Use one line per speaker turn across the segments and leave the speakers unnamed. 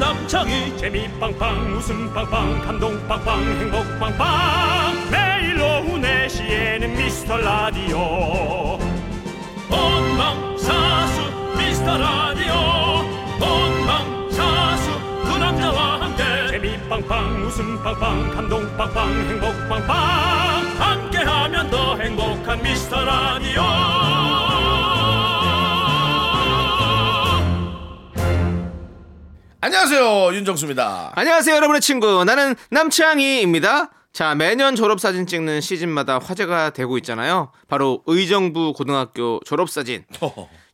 왕창
재미 빵빵 웃음 빵빵 감동 빵빵 행복 빵빵 매일 오후 네시에는 미스터 라디오
본방사수 미스터 라디오 본방사수 그 남자와 함께
재미 빵빵 웃음 빵빵 감동 빵빵 행복 빵빵
함께하면 더 행복한 미스터 라디오
안녕하세요 윤정수입니다.
안녕하세요, 여러분의 친구. 나는 남창희입니다. 자, 매년 졸업사진 찍는 시즌마다 화제가 되고 있잖아요. 바로 의정부 고등학교 졸업사진.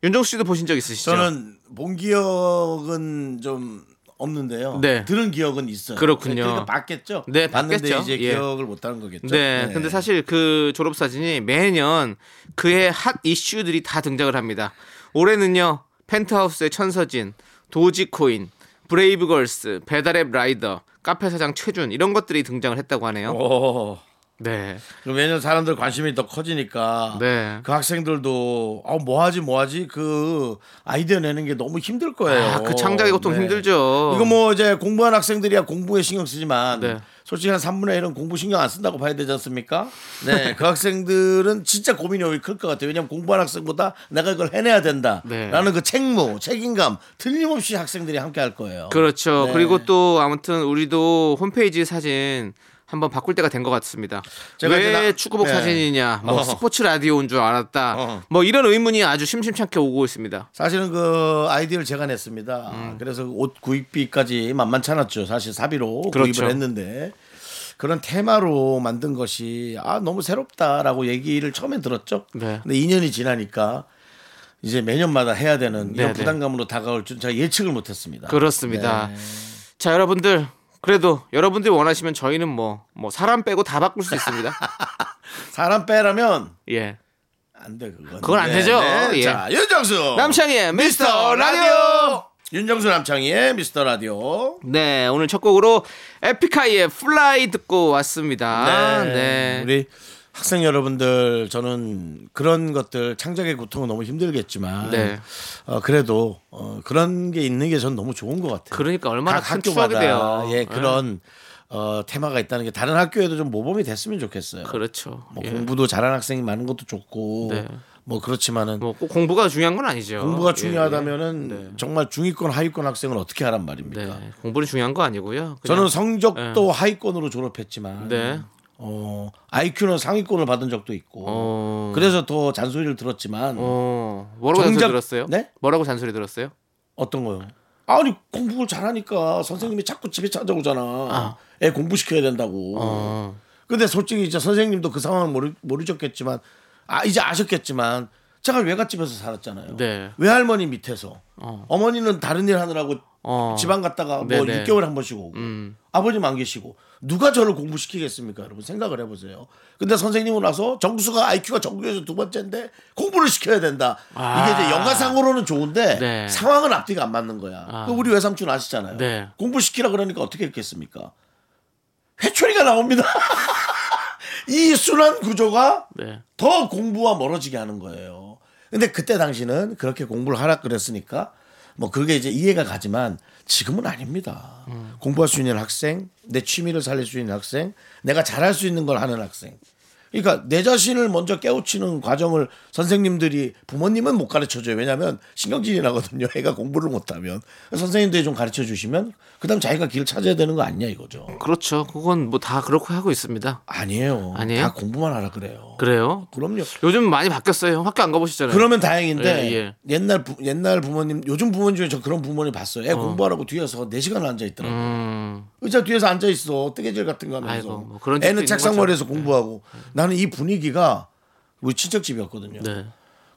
윤정수 씨도 보신 적 있으시죠?
저는 본 기억은 좀 없는데요.
네.
들은 기억은 있어요.
그렇군요.
그러니까 봤겠죠.
네,
봤는데
봤겠죠.
이제
예.
기억을 못하는 거겠죠.
네, 근데 사실 그 졸업사진이 매년 그해 핫 이슈들이 다 등장을 합니다. 올해는요, 펜트하우스의 천서진, 도지코인, 브레이브걸스, 배달앱 라이더, 카페 사장 최준 이런 것들이 등장을 했다고 하네요.
오,
네,
어. 그럼 왜냐면 사람들 관심이 더 커지니까.
네.
그 학생들도 아 뭐하지 뭐하지 그 아이디어 내는 게 너무 힘들 거예요.
아, 그 창작이 보통 힘들죠.
네. 어, 이거 뭐 이제 공부한 학생들이야 공부에 신경 쓰지만
그렇죠. 네.
솔직히 한 3분의 1은 공부 신경 안 쓴다고 봐야 되지 않습니까? 네, 그 학생들은 진짜 고민이 오히려 클 것 같아요. 왜냐하면 공부한 학생보다 내가 이걸 해내야
네.
된다라는 그 책무, 책임감 틀림없이 학생들이 함께 할 거예요.
그렇죠.
네.
그리고 또 아무튼 우리도 홈페이지 사진 한번 바꿀 때가 된 것 같습니다.
제가
왜
이제 나-
축구복
네.
사진이냐, 뭐
어허.
스포츠 라디오인 줄 알았다,
어허.
뭐 이런 의문이 아주 심심찮게 오고 있습니다.
사실은 그 아이디어를 제가 냈습니다.
음.
그래서 옷 구입비까지 만만치 않았죠. 사실 사비로
그렇죠.
구입을 했는데 그런 테마로 만든 것이 아 너무 새롭다라고 얘기를 처음에 들었죠.
네.
근데 2년이 지나니까 이제 매년마다 해야 되는 이런
네, 네.
부담감으로 다가올 줄 제가 예측을 못했습니다.
그렇습니다.
네.
자, 여러분들. 그래도 여러분들이 원하시면 저희는 뭐, 뭐 사람 빼고 다 바꿀 수 있습니다.
사람 빼라면
예.
안 돼 그건. 네,
그건 안 되죠. 예.
자 윤정수
남창희의 미스터 라디오!
윤정수 남창희의 미스터 라디오.
네, 오늘 첫 곡으로 에픽하이의 플라이 듣고 왔습니다.
네.
네.
우리 학생 여러분들 저는 그런 것들 창작의 고통은 너무 힘들겠지만
네.
어, 그래도 어, 그런 게 있는 게 전 너무 좋은 것 같아요.
그러니까 얼마나
각
큰 추억이 돼요.
예 그런 어, 테마가 있다는 게 다른 학교에도 좀 모범이 됐으면 좋겠어요.
그렇죠.
뭐
예.
공부도 잘하는 학생이 많은 것도 좋고
네.
뭐 그렇지만은
뭐 꼭 공부가 중요한 건 아니죠.
공부가
예,
중요하다면은
예. 네.
정말 중위권 하위권 학생은 어떻게 하란 말입니까?
네, 공부는 중요한 거 아니고요. 그냥- 예.
저는 성적도 하위권으로 졸업했지만
네.
어, IQ는 상위권을 받은 적도 있고
어.
그래서 더 잔소리를 들었지만
어 뭐라고
정작-
잔소리 들었어요?
네?
뭐라고 잔소리 들었어요?
어떤 거요? 아니 공부를 잘하니까 선생님이 자꾸 집에 찾아오잖아. 애 공부시켜야 된다고.
어.
근데 솔직히 이제 선생님도 그 상황을 모르, 모르셨겠지만 아 이제 아셨겠지만 제가 외갓집에서 살았잖아요.
네.
외할머니 밑에서
어.
어. 머니는 다른 일 하느라고
어.
지방 갔다가 뭐
네네. 음.
6개월 한 번씩 오고 아버님 안 계시고 누가 저를 공부시키겠습니까 여러분 생각을 해보세요 근데 선생님은 와서 정수가 IQ가 전국에서 두 번째인데 공부를 시켜야 된다 이게 이제 영화상으로는 좋은데
아. 네.
상황은 앞뒤가 안 맞는 거야 그 우리 외삼촌 아시잖아요
아. 네.
공부시키라 그러니까 어떻게 했겠습니까 회초리가 나옵니다 이 순환 구조가
네.
더 공부와 멀어지게 하는 거예요. 근데 그때 당시는 그렇게 공부를 하라 그랬으니까 뭐 그게 이제 이해가 가지만 지금은 아닙니다. 공부할 수 있는 학생, 내 취미를 살릴 수 있는 학생, 내가 잘할 수 있는 걸 하는 학생. 그러니까 내 자신을 먼저 깨우치는 과정을 선생님들이 부모님은 못 가르쳐 줘요. 왜냐하면 신경질이 나거든요. 애가 공부를 못하면 선생님들이 좀 가르쳐 주시면 그다음 자기가 길을 찾아야 되는 거 아니냐 이거죠.
그렇죠. 그건 뭐 다 그렇게 하고 있습니다.
아니에요.
아니에요?
다 공부만 하라 그래요.
그래요?
그럼요.
요즘 많이 바뀌었어요. 학교 안 가보시잖아요.
네. 그러면 다행인데
예, 예.
옛날 부, 옛날 부모님 요즘 부모님 중에 저 그런 부모님 봤어요. 애 공부하라고 뒤에서 4시간 앉아 있더라고. 요
음,
의자 뒤에서 앉아 있어. 뜨개질 같은 거 하면서.
아이고, 뭐 그런 집도
애는
있는
책상
거죠. 네.
머리에서 공부하고 나는 이 분위기가 우리 친척집이었거든요.
네.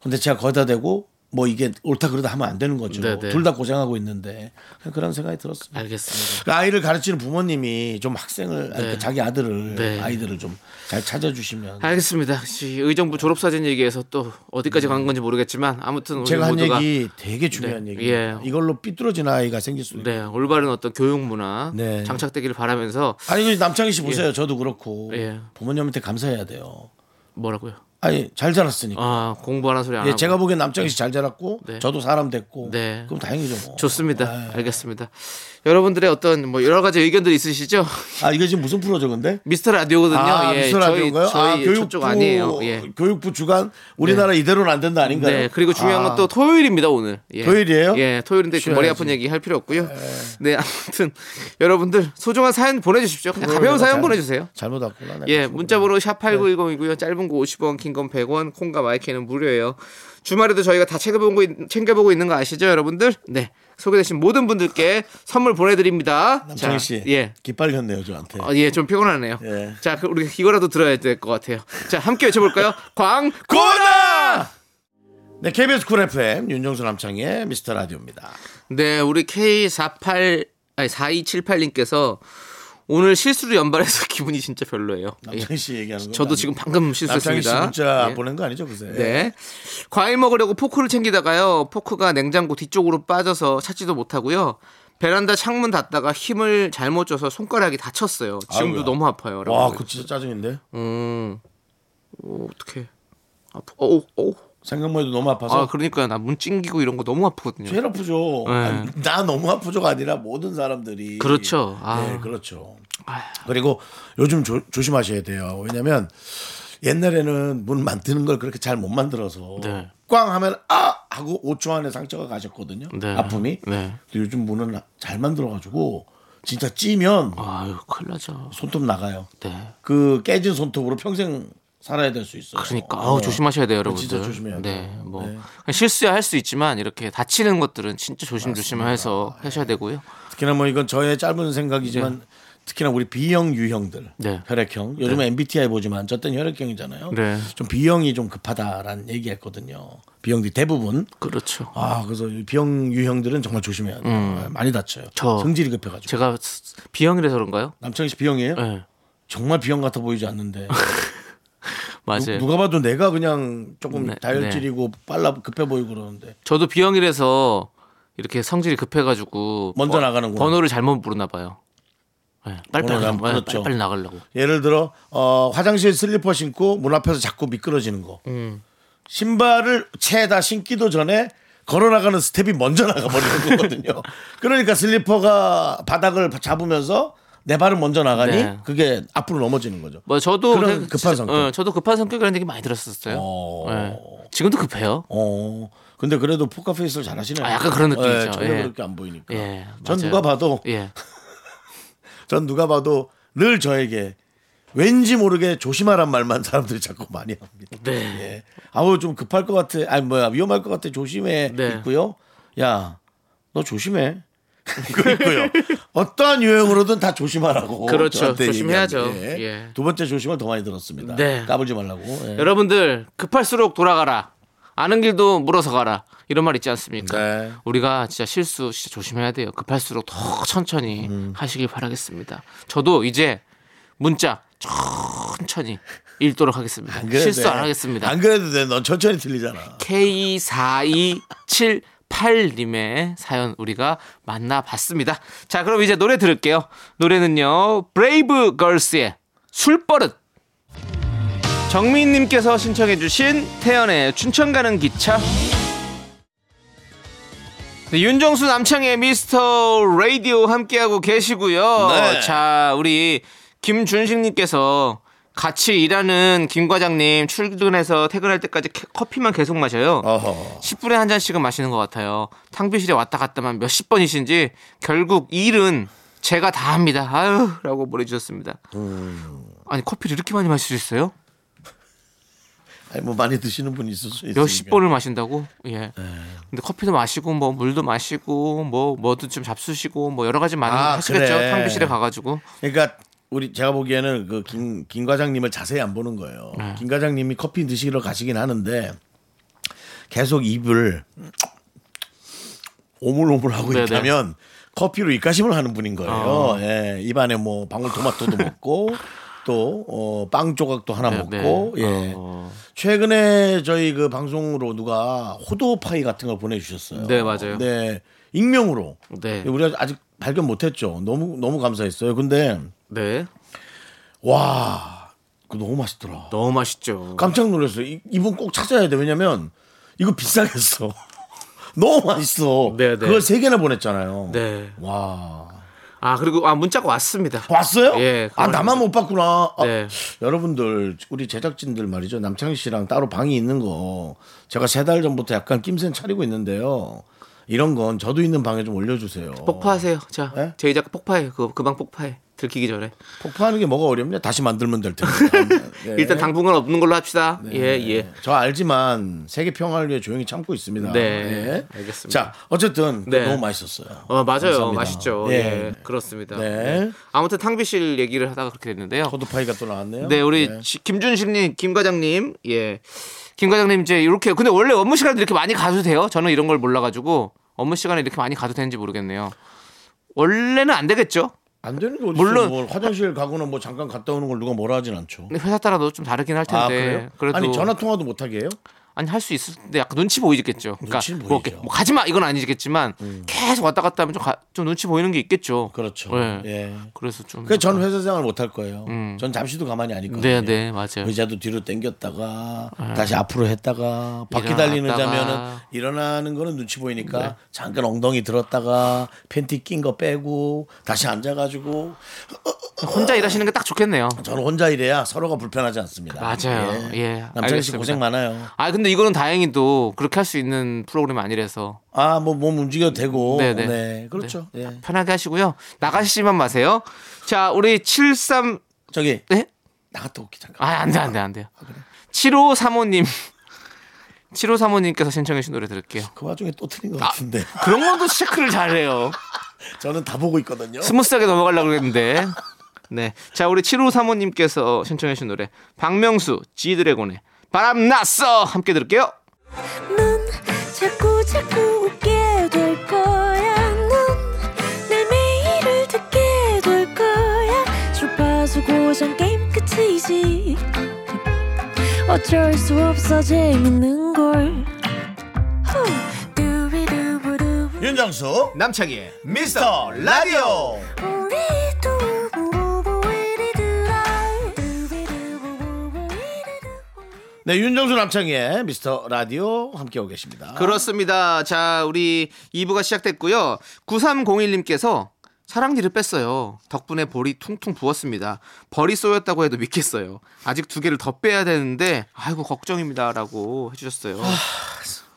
근데 제가 거기다 대고 뭐 이게 옳다 그러다 하면 안 되는 거죠.
네, 네.
둘 다 고생하고 있는데 그냥 그런 생각이 들었어요.
알겠습니다.
그 아이를 가르치는 부모님이 좀 학생을 아니, 그 자기 아들을
네.
아이들을 좀 잘 찾아주시면
알겠습니다. 혹시 의정부 졸업사진 얘기해서 또 어디까지 간 건지 모르겠지만 아무튼 우리
네. 제가 한
모두가
얘기 되게 중요한
네,
얘기예요.
예.
이걸로 삐뚤어진 아이가 생길 수도 있고
네, 올바른 어떤 교육 문화
네.
장착되기를 바라면서
아니 그 남창희 씨 보세요. 저도 그렇고
예.
부모님한테 감사해야 돼요.
뭐라고요?
아니 잘 자랐으니까.
아 공부하는 소리 안
예,
하고.
제가 보기엔 남정희 씨 잘 자랐고
네.
저도 사람 됐고
네.
그럼 다행이죠 뭐.
좋습니다. 알겠습니다. 여러분들의 어떤 뭐 여러 가지 의견들이 있으시죠?
아 이게 지금 무슨 프로죠 근데?
미스터 라디오거든요.
아,
예,
미스터 라디오인가요?
저희,
아,
저희
교육부
저쪽 아니에요. 예.
교육부 주간 우리나라 이대로는 안 된다 아닌가요?
네, 그리고 중요한
아,
건 또 토요일입니다 오늘. 예.
토요일이에요?
예, 토요일인데 지금 머리 아픈 얘기 할 필요 없고요. 네, 아무튼 여러분들 소중한 사연 보내주십시오. 그냥 가벼운 사연
잘- 네.
보내주세요.
잘못 왔구나. 내가.
예, 문자번호 샵 #8910이고요. 짧은 거 50원, 긴 건 100원, 콩과 마이크는 무료예요. 주말에도 저희가 다 챙겨보고 있- 챙겨보고 있는 거 아시죠, 여러분들? 네, 소개되신 모든 분들께 선물 보내드립니다.
남정희 씨,
예.
기빨렸네요 저한테.
어, 예, 좀 피곤하네요.
예.
자, 그 우리 이거라도 들어야 될 것 같아요. 자, 함께 외쳐볼까요? 광고나!
고나! 네, KBS 쿨 FM 윤정수 남창희의 미스터 라디오입니다.
네, 우리 K48 아니 4278님께서 오늘 실수로 연발해서 기분이 진짜 별로예요.
남창희 씨 얘기하는 거.
저도 지금 방금
남창희 씨
실수했습니다.
문자
예.
보낸 거 아니죠, 그새?
네. 과일 먹으려고 포크를 챙기다가요. 포크가 냉장고 뒤쪽으로 빠져서 찾지도 못하고요. 베란다 창문 닫다가 힘을 잘못 줘서 손가락이 다쳤어요. 지금도
아이고야.
너무 아파요.
와,
여러분들.
그 진짜 짜증인데.
음. 어, 어떡해. 아파. 어, 어, 어.
생각만 해도 너무 아파서.
아, 그러니까요. 나문 찡기고 이런 거 너무 아프거든요.
제일 아프죠.
네.
아니, 나 너무 아프죠가 아니라 모든 사람들이.
그렇죠. 아.
네, 그렇죠. 그리고 요즘 조, 조심하셔야 돼요. 왜냐면 옛날에는 문 만드는 걸 그렇게 잘 못 만들어서
네.
꽝 하면 아 하고 5초 안에 상처가 가셨거든요.
네.
아픔이.
네.
근데 요즘 문은 잘 만들어가지고 진짜 찌면
아유, 큰일 나죠.
손톱 나가요.
네.
그 깨진 손톱으로 평생 살아야 될 수 있어요.
그러니까 아우
네.
조심하셔야 돼요, 여러분들.
진짜 조심해야
네,
돼요.
뭐
네.
그냥 실수야 할 수 있지만 이렇게 다치는 것들은
아,
진짜
예.
조심조심해서 하셔야 되고요.
특히나 뭐 이건 저의 짧은 생각이지만 특히나 우리 B형 유형들
네.
혈액형 요즘 에 MBTI 보지만 저 때는 혈액형이잖아요.
네.
좀 B형이 좀 급하다라는 얘기했거든요. B형들이 대부분
그렇죠.
아 그래서 이 B형 유형들은 정말 조심해야 돼요. 네, 많이 다쳐요.
음. 저-
성질이 급해가지고
제가 스- 비형이라서 그런가요?
남창희 씨 B형이에요?
네,
정말 B형 같아 보이지 않는데
맞아요.
누가 봐도 내가 그냥 조금
네,
다혈질이고 빨라 급해 보이고 그러는데
저도 비형이라서 이렇게 성질이 급해가지고
먼저 나가는구나.
번호를 잘못 부르나 봐요. 네, 빨리빨리
번호를 안
나가요.
불렀죠.
빨리빨리 나가려고.
예를 들어 어, 화장실 슬리퍼 신고 문 앞에서 자꾸 미끄러지는 거.
음.
신발을 채에다 신기도 전에 걸어 나가는 스텝이 먼저 나가 버리는 거거든요. 그러니까 슬리퍼가 바닥을 잡으면서 내 발은 먼저 나가니
네.
그게 앞으로 넘어지는 거죠.
뭐 저도
그런
그냥
급한
진짜-
성격.
어, 저도 급한 성격이라는 얘기 많이 들었었어요.
어.
네. 지금도 급해요.
어. 근데 그래도 포카페이스를 잘 하시네요.
아, 약간 그런 느낌이죠.
예, 전혀
예.
그렇게 안 보이니까.
예,
전
맞아요.
누가 봐도
예,
전 누가 봐도 늘 저에게 왠지 모르게 조심하란 말만 사람들이 자꾸 많이 합니다.
네.
예. 아우 좀 급할 것 같아. 아니 뭐야 위험할 것 같아. 조심해.
네.
있고요. 야, 너 조심해. 그거 있고요. 어떠한 유형으로든 다 조심하라고.
그렇죠.
저한테
조심해야죠.
얘기합니다.
예.
두 번째 조심을 더 많이 들었습니다.
네.
까불지 말라고. 예.
여러분들 급할수록 돌아가라. 아는 길도 물어서 가라. 이런 말 있지 않습니까?
네.
우리가 진짜 실수 진짜 조심해야 돼요. 급할수록 더 천천히 하시길 바라겠습니다. 저도 이제 문자 천천히 읽도록 하겠습니다.
안 그래도
실수
돼.
안 하겠습니다.
안 그래도 돼. 넌 천천히 틀리잖아.
K4278님의 사연 우리가 만나봤습니다. 자, 그럼 이제 노래 들을게요. 노래는요, 브레이브 걸스의 술버릇. 정민님께서 신청해주신 태연의 춘천 가는 기차. 네, 윤정수 남창의 미스터 라디오 함께하고 계시고요.
네.
자, 아, 우리 김준식님께서 같이 일하는 김 과장님 출근해서 퇴근할 때까지 캐- 커피만 계속 마셔요.
아. 어허.
10분에 한 잔씩은 마시는 것 같아요. 탕비실에 왔다 갔다만 몇십 번이신지 결국 일은 제가 다 합니다. 아유라고 보내주셨습니다.
음.
아니 커피를 이렇게 많이 마실 수 있어요?
아니 뭐 많이 드시는 분이 있을 수 있으니까. 네.
몇십 번을 마신다고? 예. 근데 커피도 마시고 뭐 물도 마시고 뭐 뭐든 좀 잡수시고 뭐 여러 가지 많이
아,
하시겠죠.
그래.
탕비실에 가가지고.
그러니까 우리 제가 보기에는 그김 김 과장님을 자세히 안 보는 거예요.
네.
김 과장님이 커피 드시러 가시긴 하는데 계속 입을 오물오물 하고
네네. 어.
있다면 커피로 입가심을 하는 분인 거예요. 예, 입안에 뭐 방울토마토도 먹고 또 어, 빵 조각도 하나
네,
먹고
네.
예.
어.
최근에 저희 그 방송으로 누가 호도 파이 같은 걸 보내주셨어요.
네, 맞아요.
네 익명으로
네.
예, 우리가 아직 발견 못했죠. 너무 너무 감사했어요. 근데
네.
와 그 너무 맛있더라.
너무 맛있죠.
깜짝 놀랐어. 이, 이분 꼭 찾아야 돼. 왜냐면 이거 비싸겠어. 너무 맛있어.
네, 네.
그걸 세 개나 보냈잖아요.
네.
와.
아 그리고 아 문자가 왔습니다.
봤어요?
예,
아
그걸
나만 못 봤구나. 아,
네.
여러분들 우리 제작진들 말이죠. 남창희 씨랑 따로 방이 있는 거 제가 세 달 전부터 약간 낌새 차리고 있는데요. 이런 건 저도 있는 방에 좀 올려주세요.
폭파하세요. 자,
네?
제이 작가 폭파해. 그거 그만 폭파해. 들키기 전에.
폭파하는 게 뭐가 어렵냐? 다시 만들면 될 텐데. 네.
일단 당분간 없는 걸로 합시다. 예, 예.
저 알지만 세계 평화를 위해 조용히 참고 있습니다.
네,
예.
알겠습니다.
자, 어쨌든
네.
너무 맛있었어요.
어, 맞아요.
감사합니다.
맛있죠.
예.
예. 그렇습니다.
네.
예. 아무튼 탕비실 얘기를 하다가 그렇게 됐는데요.
포도파이가 또 나왔네요.
네, 우리
네.
지- 김준식님, 김 과장님, 예, 김 과장님 이제 이렇게 근데 원래 업무 시간에 이렇게 많이 가도 돼요? 저는 이런 걸 몰라가지고 업무 시간에 이렇게 많이 가도 되는지 모르겠네요. 원래는 안 되겠죠?
안 되는 게 어디
물론-
물론 뭐 화장실 가고는 뭐 잠깐 갔다 오는 걸 누가 뭐라 하진 않죠.
근데 회사 따라도 좀 다르긴 할 텐데.
아 그래요?
그래도
아니 전화 통화도 못 하게 해요?
아니 할 수 있을 텐데 약간 눈치 보이겠죠. 그러니까
눈치는 보이죠.
뭐,
음.
이렇게 뭐 가지 마 이건 아니겠지만 계속 왔다 갔다 하면 좀, 가- 좀 눈치 보이는 게 있겠죠.
그렇죠.
네.
예.
그래서 좀.
그래서 전 회사 생활 못 할 거예요. 전 잠시도 가만히 안 있거든요.
네, 네, 맞아요.
의자도 뒤로 당겼다가 다시 앞으로 했다가 바퀴 달리는
예. 일어났다가. 네.
자면은 일어나는 거는 눈치 보이니까 잠깐 엉덩이 들었다가 팬티 낀 거 빼고 다시 앉아가지고 뭐 어.
혼자 일하시는 게 딱 좋겠네요.
저는 혼자 일해야 서로가 불편하지 않습니다.
맞아요. 예,
남창희 씨
알겠습니다.
고생 많아요.
아 근데 이거는 다행히도 그렇게 할 수 있는 프로그램이 아니라서
아 뭐 몸 움직여도 되고 네,
네, 네.
그렇죠. 예.
편하게 하시고요. 나가시지만 마세요. 자, 우리 73
저기
네?
나갔다 올게 잠깐.
아, 안 돼, 안 돼, 안 돼요. 75 사모님. 75 사모님께서 신청해 주신 노래 들을게요.
그 와중에 또 틀린
아.
것 같은데
그런 것도 체크를 잘해요.
저는 다 보고 있거든요.
스무스하게 넘어가려고 그랬는데. 네. 자, 우리 75 사모님께서 신청해 주신 노래. 박명수 G 드래곤의 바람 났어 함께 들을게요.
넌 자꾸 자꾸 웃게 될 거야. 넌내 매일을 듣게 될 거야. 주파수 고정 게임 끝이지. 어쩔 수 없어 재밌는 걸. 후. 두비두부두.
윤정수
남창희의
미스터 라디오.
우리 두부부부 우리들아. 두비두부부부 우리들아.
네 윤정수 남창희의 미스터 라디오 함께하고 계십니다.
그렇습니다. 자, 우리 2부가 시작됐고요. 9301님께서 사랑니를 뺐어요. 덕분에 볼이 퉁퉁 부었습니다. 벌이 쏘였다고 해도 믿겠어요. 아직 두 개를 더 빼야 되는데 아이고 걱정입니다라고 해주셨어요.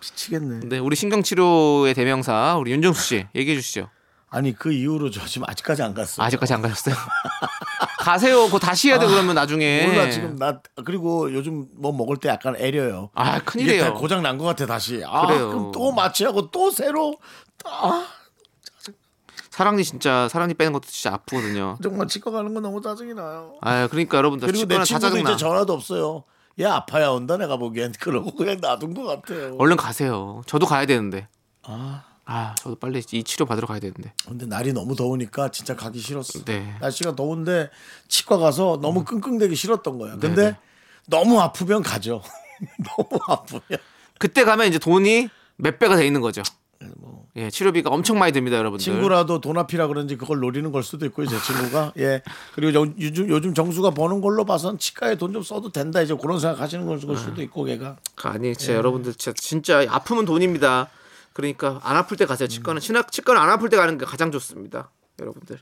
미치겠네.
네, 우리 신경치료의 대명사 우리 윤정수 씨 얘기해 주시죠.
아니 그 이후로 저 지금 아직까지 안 갔어.
아직까지 안 가셨어요? 가세요. 그거 다시 해야 돼 그러면 나중에.
아, 몰라 지금 나 그리고 요즘 뭐 먹을 때 약간 애려요. 이게
아
다
큰일이에요.
고장 난 것 같아 다시. 아
그래요.
그럼 또 마취하고 또 새로 아
사랑니 진짜 사랑니 빼는 것도 진짜 아프거든요.
정말 치과 가는 건 너무 짜증이 나요.
아 그러니까 여러분들
그리고 내
치과는 다
친구도
짜증나.
이제 전화도 없어요. 야 아파야 온다 내가 보기엔 그러고 그냥 놔둔 것 같아요.
얼른 가세요. 저도 가야 되는데. 아, 저도 빨리 이 치료 받으러 가야 되는데.
근데 날이 너무 더우니까 진짜 가기 싫었어.
네. 음.
날씨가 더운데 치과 가서 너무 끙끙대기 싫었던
네,
거야. 근데 너무 아프면 가죠. 너무 아프면.
그때 가면 이제 돈이 몇 배가 돼 있는 거죠. 예, 치료비가 엄청 많이 듭니다, 여러분들.
네, 뭐. 친구라도 돈 앞이라 그런지 그걸 노리는 걸 수도 있고 요제 친구가 예 그리고 요- 요즘 요즘 정수가 버는 걸로 봐선 치과에 돈 좀 써도 된다 이제 그런 생각 하시는 걸 수도 있고 걔가
그러니까 아니, 진짜
네.
여러분들 진짜, 진짜 아프면 돈입니다. 그러니까 안 아플 때 가세요. 치과는 치나 치과는 안 아플 때 가는 게 가장 좋습니다, 여러분들.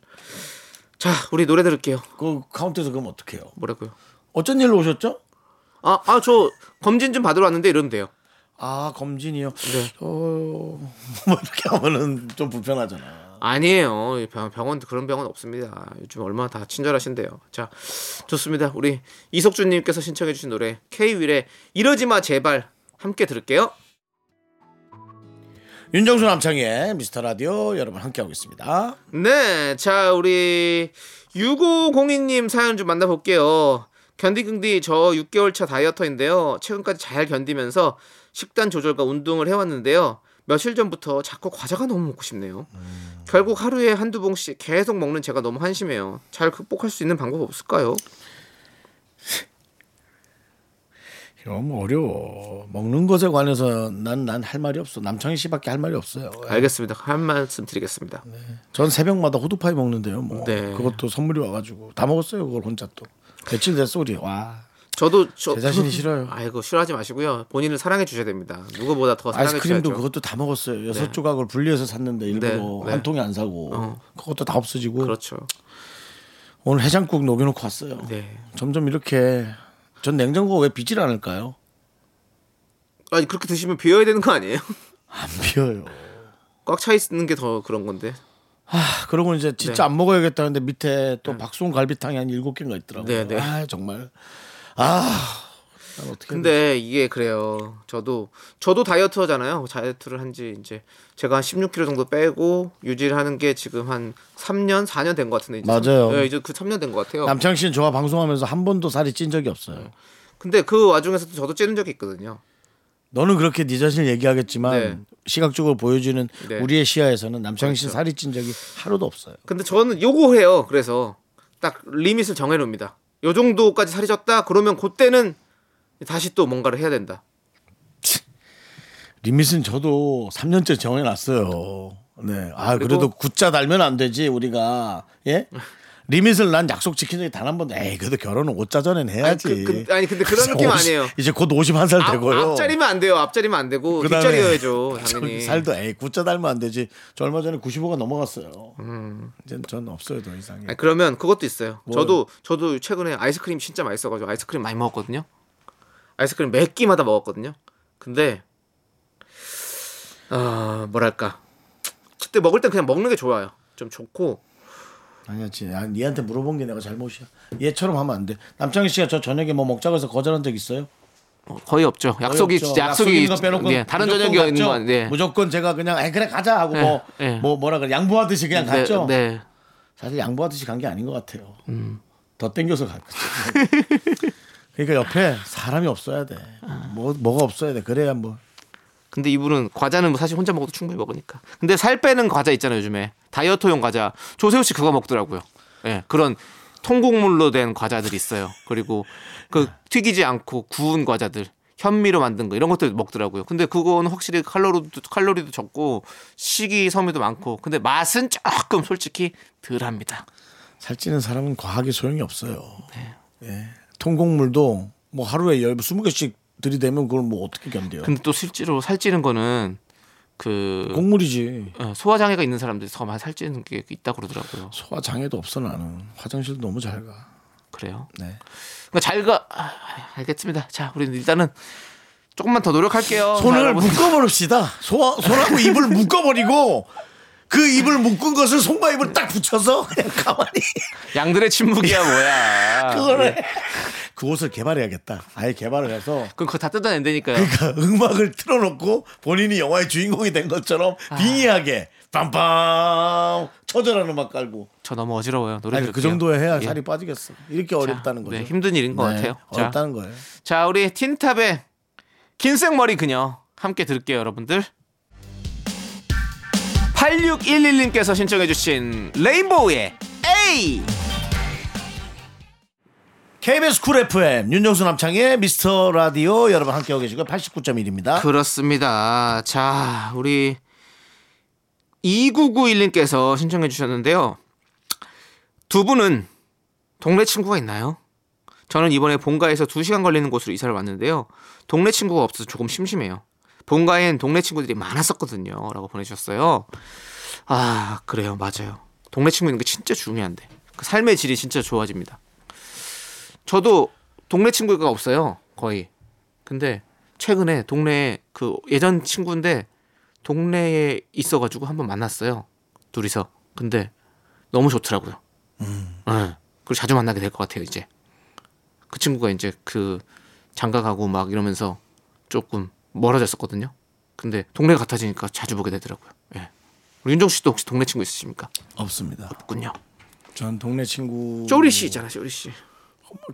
자, 우리 노래 들을게요.
그 카운트에서 그럼 어떡해요
뭐라고요?
어쩐 일로 오셨죠
아, 아, 저 검진 좀 받으러 왔는데 이러면 돼요.
아 검진이요 어, 어뭐 이렇게 하면은 좀 불편하잖아
아니에요. 이 병- 병원도 그런 병원 없습니다. 요즘 얼마나 다 친절하신데요. 자, 좋습니다. 우리 이석준님께서 신청해주신 노래 K-윌의 이러지 마 제발 함께 들을게요.
윤정수 남창의 미스터 라디오 여러분 함께하고 있습니다
네, 자 우리 6502님 사연 좀 만나볼게요. 견디긍디 저 6개월 차 다이어터인데요. 최근까지 잘 견디면서 식단 조절과 운동을 해왔는데요. 며칠 전부터 자꾸 과자가 너무 먹고 싶네요.
음.
결국 하루에 한두 봉씩 계속 먹는 제가 너무 한심해요. 잘 극복할 수 있는 방법 없을까요?
너무 뭐 어려워 먹는 것에 관해서 난 난 할 말이 없어 남창희 씨밖에 할 말이 없어요
알겠습니다. 한 말씀 드리겠습니다.
네. 전 새벽마다 호두파이 먹는데요 뭐
네.
그것도 선물이 와가지고 다 먹었어요 그걸 혼자 또 며칠 된 소리. 와.
저도 저,
제 자신이 싫어요.
아이고 싫어하지 마시고요. 본인을 사랑해 주셔야 됩니다. 누구보다 더 사랑해
아이스크림도
주셔야죠.
그것도 다 먹었어요. 여섯 조각을 분리해서 샀는데 일부러
네, 네.
한 통에 안 사고 그것도 다 없어지고
그렇죠.
오늘 해장국 녹여놓고 왔어요.
네.
점점 이렇게 전 냉장고가 왜 비질 않을까요?
아니 그렇게 드시면 비워야 되는 거 아니에요?
안 비어요.
꽉 차 있는 게 더 그런 건데.
아, 그러고 이제
네.
진짜 안 먹어야겠다는데 밑에 또 박송 갈비탕이 한 일곱 개가 있더라고요.
네, 네.
아 정말 아. 난 어떻게
근데 이게 그래요. 저도 저도 다이어트잖아요. 다이어트를 한 지 이제 제가 한 16kg 정도 빼고 유지를 하는 게 지금 한 3년 4년 된 것 같은데 이제
맞아요.
네, 이제 그 3년 된 것 같아요.
남창 씨는 저와 방송하면서 한 번도 살이 찐 적이 없어요.
근데 그 와중에서도 저도 찌는 적이 있거든요.
너는 그렇게 네 자신을 얘기하겠지만
네.
시각적으로 보여주는
네. 그렇죠.
우리의 시야에서는 남창 씨는 살이 찐 적이 하루도 없어요.
근데 저는 요거 해요. 그래서 딱 리밋을 정해 놓습니다. 요 정도까지 살이 쪘다. 그러면 그때는 다시 또 뭔가를 해야 된다.
리밋은 저도 3년째 정해놨어요. 네. 아
그리고-
그래도 구자 달면 안 되지 우리가 예. 리밋을 난 약속 지킨 적이 단 한 번도 에이 그래도 결혼은 5자 전엔 해야지
아니, 그- 그- 아니, 근데 그런 느낌
오십-
아니에요.
이제 곧 51살
앞,
되고요
앞자리면 안 돼요. 앞자리면 안
그다음에
되고 뒷자리여야죠.
저
당연히.
살도 에이 구자 달면 안 되지 저 얼마 전에 95가 넘어갔어요
음.
이제 전 없어요 더 이상이
아니, 네, 그러면 그것도 있어요.
뭐요?
저도 저도 최근에 아이스크림 진짜 맛있어가지고 아이스크림 많이 먹었거든요. 아이스크림 매 끼마다 먹었거든요. 근데 아 뭐랄까 그때 먹을 땐 그냥 먹는 게 좋아요. 좀 좋고
아니야 진짜 아, 니한테 물어본 게 내가 잘못이야 얘처럼 하면 안돼 남창희 씨가 저 저녁에 뭐 먹자고 해서 거절한 적 있어요?
거의 없죠. 약속이
없죠.
진짜 약속이
약속인 거 빼놓고
예, 다른
무조건
저녁이 있는
갔죠?
거 네. 예. 아니에요.
무조건 제가 그냥 에이, 그래 가자 하고
네,
뭐,
네.
뭐 뭐라 그래 양보하듯이 그냥
네, 음.
갔죠
네.
사실 양보하듯이 간 게 아닌 것 같아요. 더 땡겨서 갔죠. 그러니까 옆에 사람이 없어야 돼. 뭐 뭐가 없어야 돼. 그래야 뭐
근데 이분은 과자는 뭐 사실 혼자 먹어도 충분히 먹으니까. 근데 살 빼는 과자 있잖아요 요즘에 다이어트용 과자. 조세호 씨 그거 먹더라고요. 예, 그런 통곡물로 된 과자들이 있어요. 그리고 그 튀기지 않고 구운 과자들, 현미로 만든 거 이런 것들 먹더라고요. 근데 그거는 확실히 칼로리도 칼로리도 적고 식이섬유도 많고, 근데 맛은 조금 솔직히 덜합니다.
살찌는 사람은 과하게 소용이 없어요.
네.
예. 통곡물도 뭐 하루에 열 스무 개씩 들이대면 그걸 뭐 어떻게 견뎌요?
근데 또 실제로 살찌는 거는 그
곡물이지.
어, 소화 장애가 있는 사람들이 더 많이 살찌는 게 있다 고 그러더라고요.
소화 장애도 없어 나는. 화장실도 너무 잘 가.
그래요.
네.
그러니까 잘가 아, 알겠습니다. 자, 우리 일단은 조금만 더 노력할게요. 자,
손을
여러분.
묶어버립시다. 소, 손하고 입을 묶어버리고 그 입을 묶은 것을 손과 입을 딱 붙여서 그냥 가만히
양들의 침묵이야 뭐야. 예.
그거를 그 옷을 개발해야겠다. 아예 개발을 해서
그럼 그거 다 뜯어낸 다니까요.
그러니까 음악을 틀어놓고 본인이 영화의 주인공이 된 것처럼
아.
빙의하게 빰빰 처절한 음악 깔고
저 너무 어지러워요. 노래
아니 그
들을게요.
정도에 해야
예.
살이 빠지겠어. 이렇게 어렵다는 거죠.
네, 힘든 일인 것 같아요. 자.
어렵다는 거예요.
자, 우리 틴탑의 긴생머리 그녀 함께 들을게요, 여러분들. 8611님께서 신청해 주신 레인보우의 에이!
KBS 쿨 FM 윤정수 남창의 미스터 라디오 여러분 함께하고 계시고 89.1입니다.
그- 그렇습니다. 자, 우리 2991님께서 신청해 주셨는데요. 두 분은 동네 친구가 있나요? 저는 이번에 본가에서 2시간 걸리는 곳으로 이사를 왔는데요. 동네 친구가 없어서 조금 심심해요. 본가엔 동네 친구들이 많았었거든요. 라고 보내주셨어요. 아, 그래요. 맞아요. 동네 친구 있는 게 진짜 중요한데. 그 삶의 질이 진짜 좋아집니다. 저도 동네 친구가 없어요. 거의. 근데 최근에 동네에 그 예전 친구인데 동네에 있어가지고 한번 만났어요. 둘이서. 근데 너무 좋더라고요.
음.
예. 그리고 자주 만나게 될 것 같아요 이제. 그 친구가 이제 그 장가가고 막 이러면서 조금 멀어졌었거든요. 근데 동네가 같아지니까 자주 보게 되더라고요. 예. 우리 윤정 씨도 혹시 동네 친구 있으십니까?
없습니다.
없군요.
전 동네 친구
쪼리 씨 있잖아, 쪼리 씨.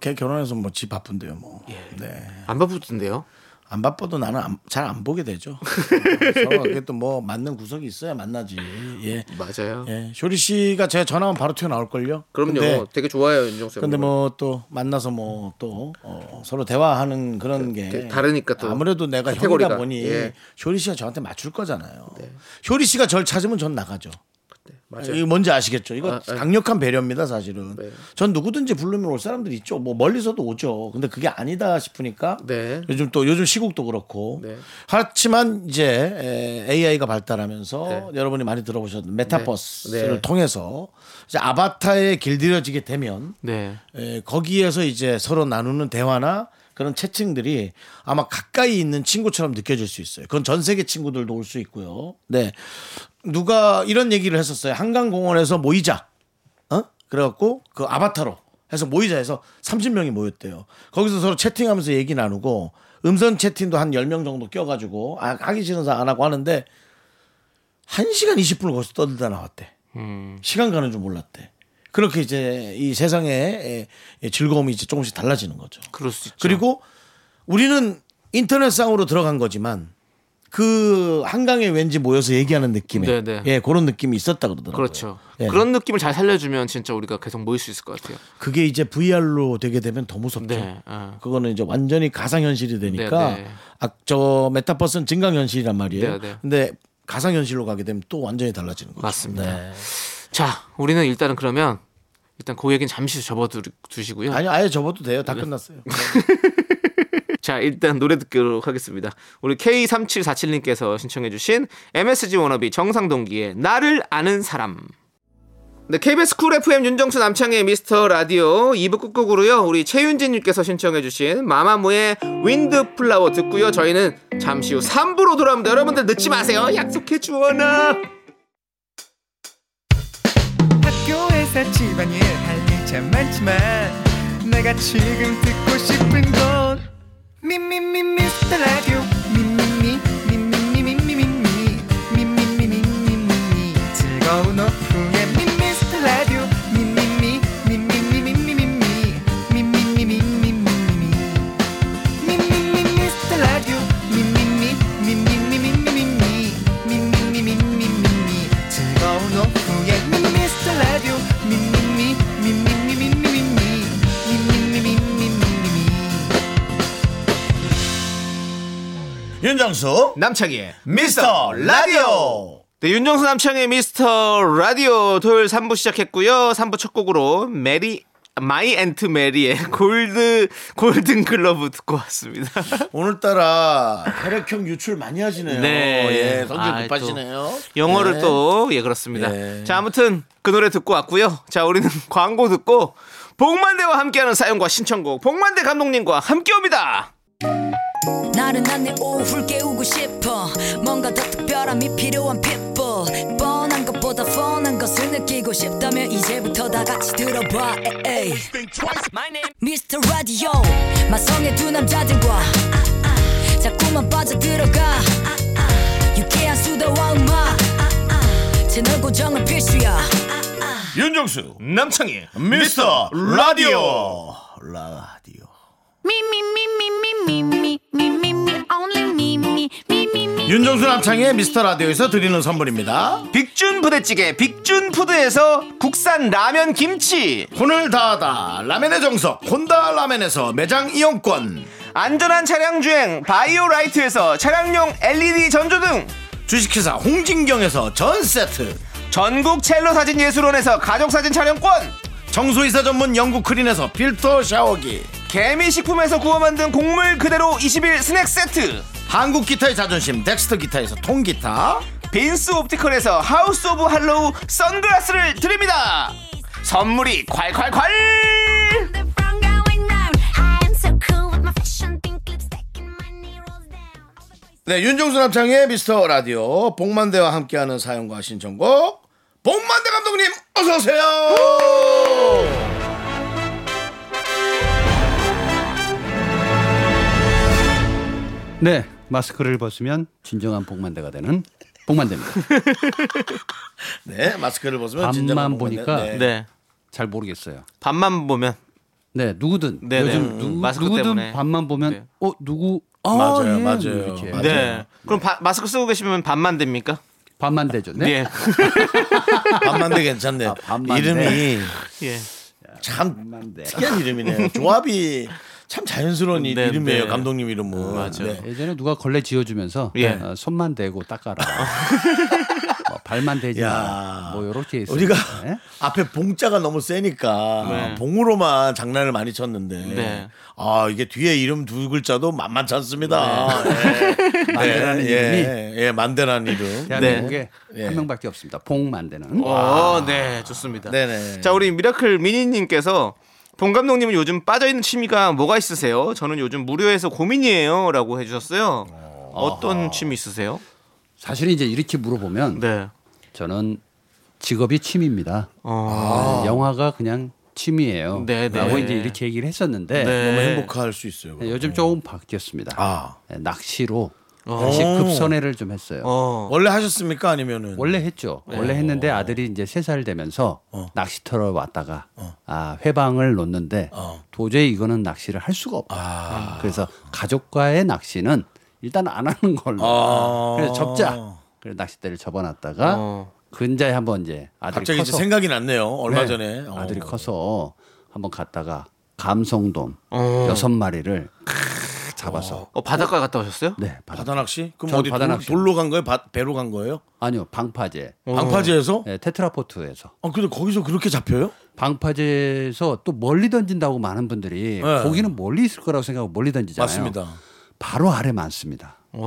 걔 결혼해서 뭐 집 바쁜데요 뭐.
예.
네.
안 바쁘던데요?
안 바빠도 나는 잘 안 보게 되죠. 서로 그게 또 뭐 맞는 구석이 있어야 만나지. 예.
맞아요.
예. 쇼리 씨가 제가 전화하면 바로 튀어나올 걸요.
그럼요.
근데,
되게 좋아요, 윤정 씨.
근데 뭐 또 만나서 뭐 또 어, 서로 대화하는 그런 게
네, 다르니까 또
아무래도 내가
카테고리가.
형이다 보니
예. 네.
쇼리 씨가 저한테 맞출 거잖아요. 쇼리 씨가 절 찾으면 전 나가죠.
맞아요.
이거 뭔지 아시겠죠? 이거
아, 아.
강력한 배려입니다, 사실은.
네.
전 누구든지 부르면 올 사람들 있죠. 뭐 멀리서도 오죠. 근데 그게 아니다 싶으니까
네.
요즘 또 요즘 시국도 그렇고
네.
하지만 이제 AI가 발달하면서 여러분이 많이 들어보셨던 메타버스를
네. 네.
통해서 이제 아바타에 길들여지게 되면
네.
에, 예, 거기에서 이제 서로 나누는 대화나 그런 채팅들이 아마 가까이 있는 친구처럼 느껴질 수 있어요. 그건 전 세계 친구들도 올 수 있고요. 네. 누가 이런 얘기를 했었어요. 한강공원에서 모이자. 어? 그래갖고 그 아바타로 해서 모이자 해서 30명이 모였대요. 거기서 서로 채팅하면서 얘기 나누고 음성 채팅도 한 10명 정도 껴가지고 아, 하기 싫은 사안 하고 하는데 1시간 20분을 거기서 떠들다 나왔대.
음.
시간 가는 줄 몰랐대. 그렇게 이제 이 세상의 에, 즐거움이 이제 조금씩 달라지는 거죠.
그럴 수 있죠.
그리고 우리는 인터넷상으로 들어간 거지만 그 한강에 왠지 모여서 얘기하는 느낌에
네네.
예 그런 느낌이 있었다 그러더라고요.
그렇죠.
예.
그런 느낌을 잘 살려주면 진짜 우리가 계속 모일 수 있을 것 같아요.
그게 이제 VR로 되게 되면 더 무섭죠.
네. 어.
그거는 이제 완전히 가상현실이 되니까
네, 네.
아, 저 메타버스는 증강현실이란 말이에요.
네, 네.
근데 가상현실로 가게 되면 또 완전히 달라지는 거죠.
맞습니다.
네.
자, 우리는 일단은 그러면 일단 그 얘기는 잠시 접어두시고요.
아니 아예 접어도 돼요.
네.
다 끝났어요.
자, 일단 노래 듣도록 하겠습니다. 우리 K3747님께서 신청해주신 MSG 워너비 정상동기의 나를 아는 사람. 네, KBS 쿨 FM 윤정수 남창의 미스터 라디오 2부 끝곡으로요. 우리 최윤진님께서 신청해주신 마마무의 윈드 플라워 듣고요. 저희는 잠시 후 3부로 돌아옵니다. 여러분들 늦지 마세요. 약속해 주원아.
학교에서 집안일 할 일 참 많지만 내가 지금 듣고 싶은 건 미미미 미스터 라디오 미미미 미미미 미미미 미미미 미미미 즐거운 오후에 미스터 라디오 미미미 미미미 미미미 미미미 미미미
윤정수
남창희의
미스터 라디오.
네, 윤정수 남창의 미스터 라디오 토요일 3부 시작했고요. 3부 첫 곡으로 메리 마이 앤트 메리의 골드 골든 글러브 듣고 왔습니다.
오늘따라 혈액형 유출 많이 하시네요.
네.
예, 성질
아이,
급하시네요.
영어를
네.
또 예 그렇습니다.
예.
자 아무튼 그 노래 듣고 왔고요. 자 우리는 광고 듣고 복만대와 함께하는 사연과 신청곡 복만대 감독님과 함께옵니다.
나른한 내 오후를 깨우고 싶어 뭔가 더 특별함이 필요한 people 뻔한 것보다 뻔한 것을 느끼고 싶다면 이제부터 다 같이 들어봐 에이. Mr. Radio 마성의 두 남자들과 자꾸만 빠져들어가 유쾌한 수다와 음악 채널 고정은 필수야
윤정수
남창희
미스터 라디오 라디오. 윤정수 남창의 미스터 라디오에서 드리는 선물입니다.
빅준 부대찌개 빅준 푸드에서 국산 라면 김치
혼을 다하다 라멘의 정석 혼다 라멘에서 매장 이용권.
안전한 차량 주행 바이오 라이트에서 차량용 LED 전조등
주식회사 홍진경에서 전 세트.
전국 첼로 사진 예술원에서 가족 사진 촬영권
청소이사 전문 영국 크린에서 필터 샤워기.
개미 식품에서 구워 만든 곡물 그대로 21 스낵 세트
한국 기타의 자존심 덱스터 기타에서 통기타.
빈스 옵티컬에서 하우스 오브 할로우 선글라스를 드립니다 선물이 콸콸콸
네, 윤종수 남창의 미스터 라디오 복만대와 함께하는 사연과 신청곡 복만대 감독님 어서 오세요.
네, 마스크를 벗으면 진정한 복만대가 되는 복만대입니다.
네, 마스크를 벗으면
밤만
진정한 복만대.
보니까
네.
네
잘 모르겠어요.
밤만 보면
네, 누구든
네, 네.
요즘
음,
누구,
마스크
누구든
때문에.
밤만 보면
네.
어 누구 아,
맞아요,
예,
맞아요.
이렇게.
맞아요.
네 그럼 바- 마스크 쓰고 계시면 밤만 됩니까?
밤만 대죠. 네,
네.
밤만대 괜찮네요.
아, 밤만대.
이름이
예.
참
밤만대.
특이한 이름이네요. 조합이 참 자연스러운 이-
네,
이름이에요.
네.
감독님 이름은. 네. 맞아요.
예전에 누가 걸레 지어주면서
예.
어, 손만 대고 닦아라. 뭐 발만 대지
야.
마. 뭐 요렇게 있어요.
우리가
네.
앞에 봉자가 너무 세니까
네.
봉으로만 장난을 많이 쳤는데
네.
아 이게 뒤에 이름 두 글자도 만만치 않습니다. 예.
네. 만대라는
예. 예, 만대라는 이름.
대한민국에
네.
한
예.
명밖에 없습니다. 봉만대는.
어, 네, 좋습니다.
네네.
자, 우리 미라클 미니님께서 봉 감독님은 요즘 빠져있는 취미가 뭐가 있으세요? 저는 요즘 무료해서 고민이에요. 라고 해주셨어요. 어떤 취미 있으세요?
사실 이제 이렇게 물어보면
네.
저는 직업이 취미입니다.
아,
어,
네, 영화가 그냥 취미예요.
네, 네.
라고 아, 뭐 이제 이렇게 얘기를 했었는데
네.
너무 행복할 수 있어요.
네, 요즘 조금 바뀌었습니다.
아.
네, 낚시로 다시 급선회를 좀 했어요.
어.
원래 하셨습니까 아니면은
원래 했죠. 원래 했는데 아들이 이제 세 살 되면서 낚시터로 왔다가 아 회방을 놓는데 도저히 이거는 낚시를 할 수가 없다. 그래서 가족과의 낚시는 일단 안 하는 걸로.
아.
그래서 접자. 그래서 낚싯대를 접어놨다가
어.
근자에 한번 이제 아들이
갑자기
커서
이제 생각이 났네요. 얼마
네.
전에 어.
아들이 커서 한번 갔다가 감성돔
어.
여섯 마리를 크으 잡아서
어, 바닷가 갔다 오셨어요?
네 받아
바다 낚시? 그럼
전
어디
바다
돌-
낚시.
돌로 간 거예요? 바- 배로 간 거예요?
아니요 방파제
방파제에서?
네, 테트라포트에서
아 근데 거기서 그렇게 잡혀요?
방파제에서 또 멀리 던진다고 많은 분들이
네.
고기는 멀리 있을 거라고 생각하고 멀리 던지잖아요.
맞습니다.
바로 아래 많습니다. 그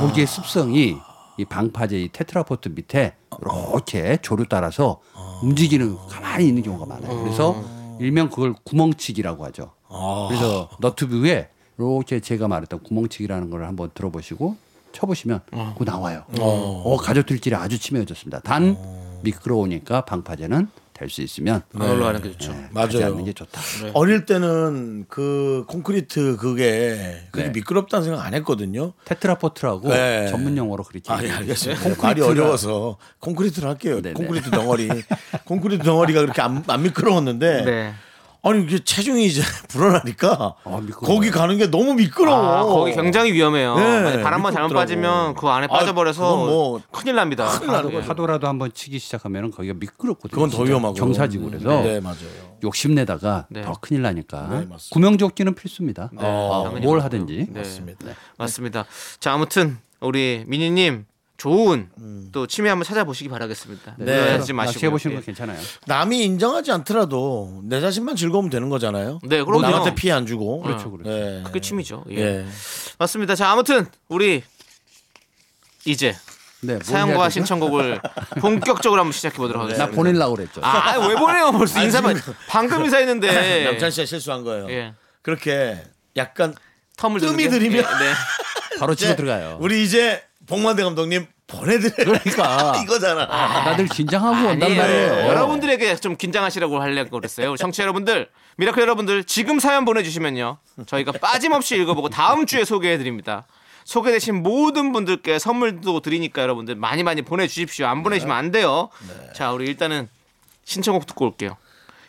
고기의 습성이 이 방파제 이 테트라포트 밑에 이렇게 조류 따라서 움직이는 가만히 있는 경우가 많아요. 그래서
어.
일명 그걸 구멍치기라고 하죠.
아.
그래서 너튜브에 이렇게 제가 말했던 구멍치기라는 걸 한번 들어보시고 쳐보시면 그거 나와요. 어. 가족들끼리 아주 치매해졌습니다. 단
어.
미끄러우니까 방파제는 될 수 있으면
안 올라가는 게 좋죠.
가지
네. 음, 맞아요.
않는 게 좋다.
어릴 때는 그 콘크리트 그게 그게
네.
미끄럽다는 생각 안 했거든요.
테트라포트라고
네.
전문 용어로 그렇게
아, 예,
얘기해요.
알겠습니다.
콘크리트가-
말이 어려워서 콘크리트를 할게요.
네네.
콘크리트 덩어리. 콘크리트 덩어리가 그렇게 안, 안 미끄러웠는데
네.
아니 이게 체중이 이제 불어나니까
아, 미끄러워요.
거기 가는 게 너무 미끄러워.
아, 거기 굉장히 위험해요.
어. 네,
만약에 바람만 잘못
미끄럽더라고.
빠지면 그 안에
아,
빠져버려서
그건 뭐
큰일 납니다.
나는
예.
파도라도 한번 치기 시작하면 거기가 미끄럽거든요.
그건 더
진짜.
위험하고
경사지고 그래서
네 맞아요.
욕심내다가
네.
더 큰일 나니까
맞습니다. 네.
구명조끼는 필수입니다. 어,
당연히 그렇고요.
뭘 하든지
네.
맞습니다.
맞습니다. 자, 아무튼 우리 미니님 좋은 또 취미 한번 찾아보시기 바라겠습니다. 놀라지 마시고요.
네. 낚시 해보시는
예.
건 괜찮아요.
남이 인정하지 않더라도 내 자신만 즐거우면 되는 거잖아요.
네, 그럼요.
남한테 피해 안 주고.
그렇죠, 그렇죠.
네.
그게 취미죠. 예.
예.
맞습니다. 자, 아무튼 우리 이제
네, 뭘 해야
사연과
되죠?
신청곡을 본격적으로 한번 시작해 보도록
나
하겠습니다.
보내려고 그랬죠.
아, 왜 보내요? 벌써 인사만 방금 인사했는데.
남찬 씨가 실수한 거예요.
예.
그렇게 약간
텀을 주는
뜸이
게?
들이면-
예, 네.
바로
이제
치고 들어가요.
우리 이제 복만대 감독님 보내드려.
그러니까.
이거잖아.
다들 긴장하고 온단
아니에요. 네.
말이에요.
여러분들에게 좀 긴장하시라고 하려고 그랬어요. 우리 청취자 여러분들, 미라클 여러분들 지금 사연 보내주시면요. 저희가 빠짐없이 읽어보고 다음 주에 소개해드립니다. 소개되신 모든 분들께 선물도 드리니까 여러분들 많이 많이 보내주십시오. 안 보내시면 안 돼요.
네.
자, 우리 일단은 신청곡 듣고 올게요.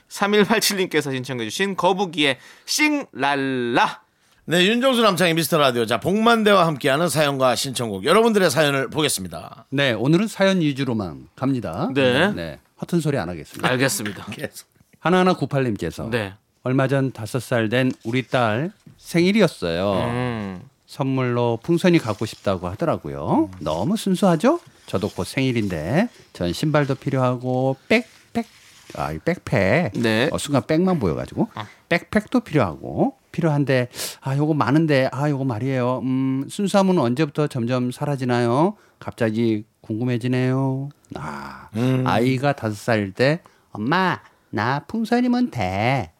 3187님께서 신청해주신 거북이의 싱랄라.
네, 윤정수 남창의 미스터 라디오. 자, 복만대와 함께하는 사연과 신청곡. 여러분들의 사연을 보겠습니다.
네, 오늘은 사연 위주로만 갑니다.
네.
허튼 소리 안 하겠습니다.
알겠습니다.
하나하나 98님께서
네.
얼마 전 다섯 살 된 우리 딸 생일이었어요.
음,
선물로 풍선이 갖고 싶다고 하더라고요. 너무 순수하죠? 저도 곧 생일인데 전 신발도 필요하고 백팩 아, 이 백팩.
네.
어, 순간 백만 보여 가지고 백팩도 필요하고 필요한데 아, 요거 많은데 아, 요거 말이에요. 음, 순수함은 언제부터 점점 사라지나요? 갑자기 궁금해지네요. 아, 아이가 다섯 살 때 엄마, 나 풍선이면 돼.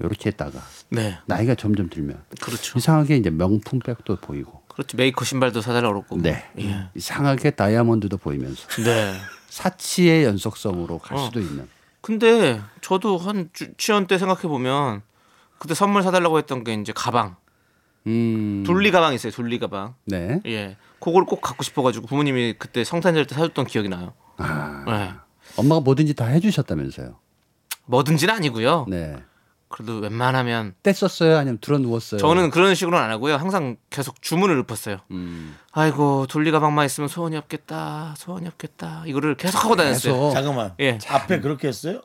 요렇게 했다가
네.
나이가 점점 들면
그렇죠.
이상하게 이제 명품백도 보이고
그렇죠. 메이커 신발도 사달라고 그러고.
네
예.
이상하게 다이아몬드도 보이면서
네.
사치의 연속성으로 갈
어.
수도 있는
근데 저도 한 주- 유치원 때 생각해 보면 그때 선물 사달라고 했던 게 이제 가방 둘리 가방 있어요 둘리 가방
음, 음네
예 그걸 꼭 갖고 싶어가지고 부모님이 그때 성탄절 때 사줬던 기억이 나요 예
엄마가 뭐든지 다 해주셨다면서요
뭐든지는 아니고요
네
그래도 웬만하면
뗐었어요 아니면 들어 누웠어요
저는 그런 식으로는 안 하고요 항상 계속 주문을 읊었어요
음,
아이고 둘리 가방만 있으면 소원이 없겠다 소원이 없겠다 이거를 계속 하고 다녔어요
계속
잠깐만.
예.
앞에 그렇게 했어요?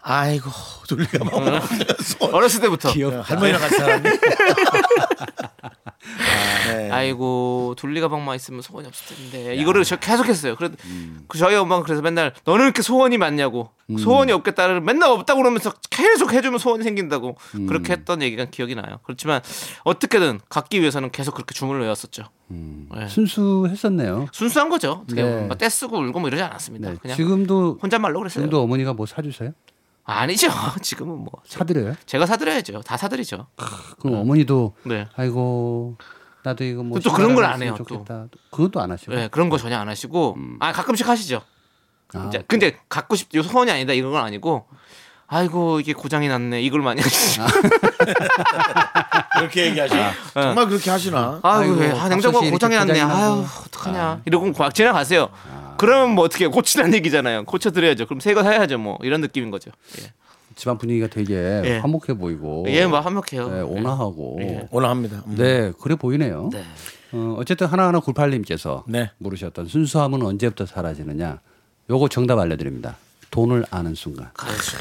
아이고 둘리가 막
어.
울면서
어렸을 때부터.
할머니랑 같이 살았니? 네.
아이고 둘리 가방만 있으면 소원이 없을 텐데 이거를 저 계속했어요. 그래
음.
그 저희 엄마가 그래서 맨날 너는 이렇게 소원이 많냐고 소원이 없겠다를 맨날 없다고 그러면서 계속 해주면 소원이 생긴다고
음.
그렇게 했던 얘기가 기억이 나요. 그렇지만 어떻게든 갖기 위해서는 계속 그렇게 주문을 외웠었죠. 네.
순수했었네요.
순수한 거죠. 어떻게
음. 네.
보면 막 떼쓰고 울고 뭐 이러지 않았습니다.
네.
그냥
지금도
혼잣말로 그랬어요.
지금도 어머니가 뭐 사주세요?
아니죠. 지금은 뭐
사드려요?
제가 사드려야죠. 다 사드리죠.
그럼 어머니도
네.
아이고 나도 이거 뭐
또 그런 걸안
신발
해요,
하나 있으면 좋겠다. 그것도 안 하시고.
네, 그런 거 전혀 안 하시고 아 가끔씩 하시죠.
음. 아,
이제 근데 갖고 싶 요소 원이 아니다 이런 건 아니고 아이고 이게 고장이 났네 이걸 많이
아,
하시죠.
그렇게 얘기하시나? 정말 그렇게 하시나?
아, 이
아이고,
왜 아, 냉장고가
갑자기
고장이
이렇게
났네.
고장이 아.
아유
나고.
어떡하냐. 이러고 과- 지나가세요. 그러면 뭐 어떻게 고치란 얘기잖아요. 고쳐드려야죠. 그럼 새 거 사야죠. 뭐 이런 느낌인 거죠. 예,
집안 분위기가 되게 화목해 보이고.
얘막 한몫해요.
네, 온화하고.
예.
오늘 합니다. 음.
네, 그래 보이네요. 어, 어쨌든 하나하나 98님께서
네.
물으셨던 순수함은 언제부터 사라지느냐? 요거 정답 알려드립니다. 돈을 아는 순간,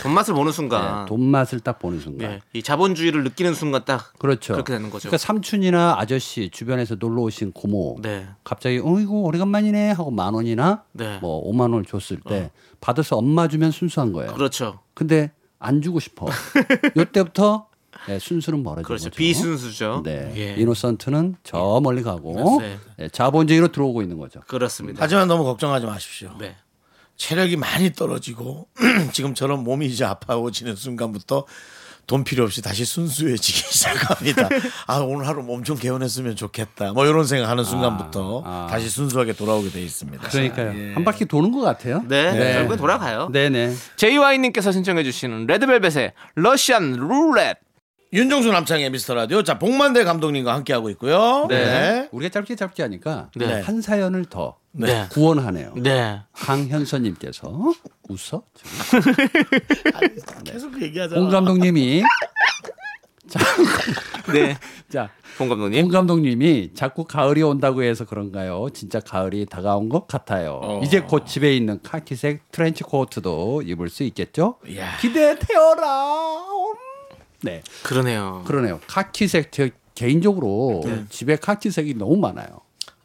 돈 맛을 보는
네,
순간,
돈 맛을 딱 보는 순간.
예, 이 자본주의를 느끼는 순간 딱
그렇죠.
그렇게 되는 거죠.
그러니까 삼촌이나 아저씨 주변에서 놀러 오신 고모,
네.
갑자기 어이구 오래간만이네 하고 만 원이나
네. 어.
뭐 오만 원을 줬을 때 받아서 엄마 주면 순수한 거예요.
그렇죠.
근데 안 주고 싶어. 요때부터 네, 순수는 멀어지는
그렇죠.
거죠.
비순수죠.
네.
예.
이노선트는 저 멀리 가고
네.
네, 자본주의로 들어오고 있는 거죠.
그렇습니다.
네. 하지만 너무 걱정하지 마십시오.
네.
체력이 많이 떨어지고 지금처럼 몸이 이제 아파오지는 순간부터 돈 필요 없이 다시 순수해지기 시작합니다. 아 오늘 하루 몸 좀 개운했으면 좋겠다. 뭐 이런 생각하는 순간부터
아.
다시 순수하게 돌아오게 돼 있습니다.
그러니까요. 한 바퀴 도는 것 같아요.
예. 네, 결국엔 돌아가요.
네네.
JY님께서 신청해주시는 레드벨벳의 러시안 룰렛.
윤종수 남창의 미스터 라디오 자 복만대 감독님과 함께 하고 있고요. 네.
우리가 짧게 짧게 하니까
네.
한 사연을 더
네.
구원하네요.
네.
강현서님께서 웃어? 지금?
계속 얘기하자.
공 감독님이
네.
자,
본
공
감독님.
감독님이 자꾸 가을이 온다고 해서 그런가요? 진짜 가을이 다가온 것 같아요.
어.
이제 곧 집에 있는 카키색 트렌치 코트도 입을 수 있겠죠? 기대되어라. 음. 네.
그러네요.
그러네요. 카키색 저 개인적으로
네.
집에 카키색이 너무 많아요.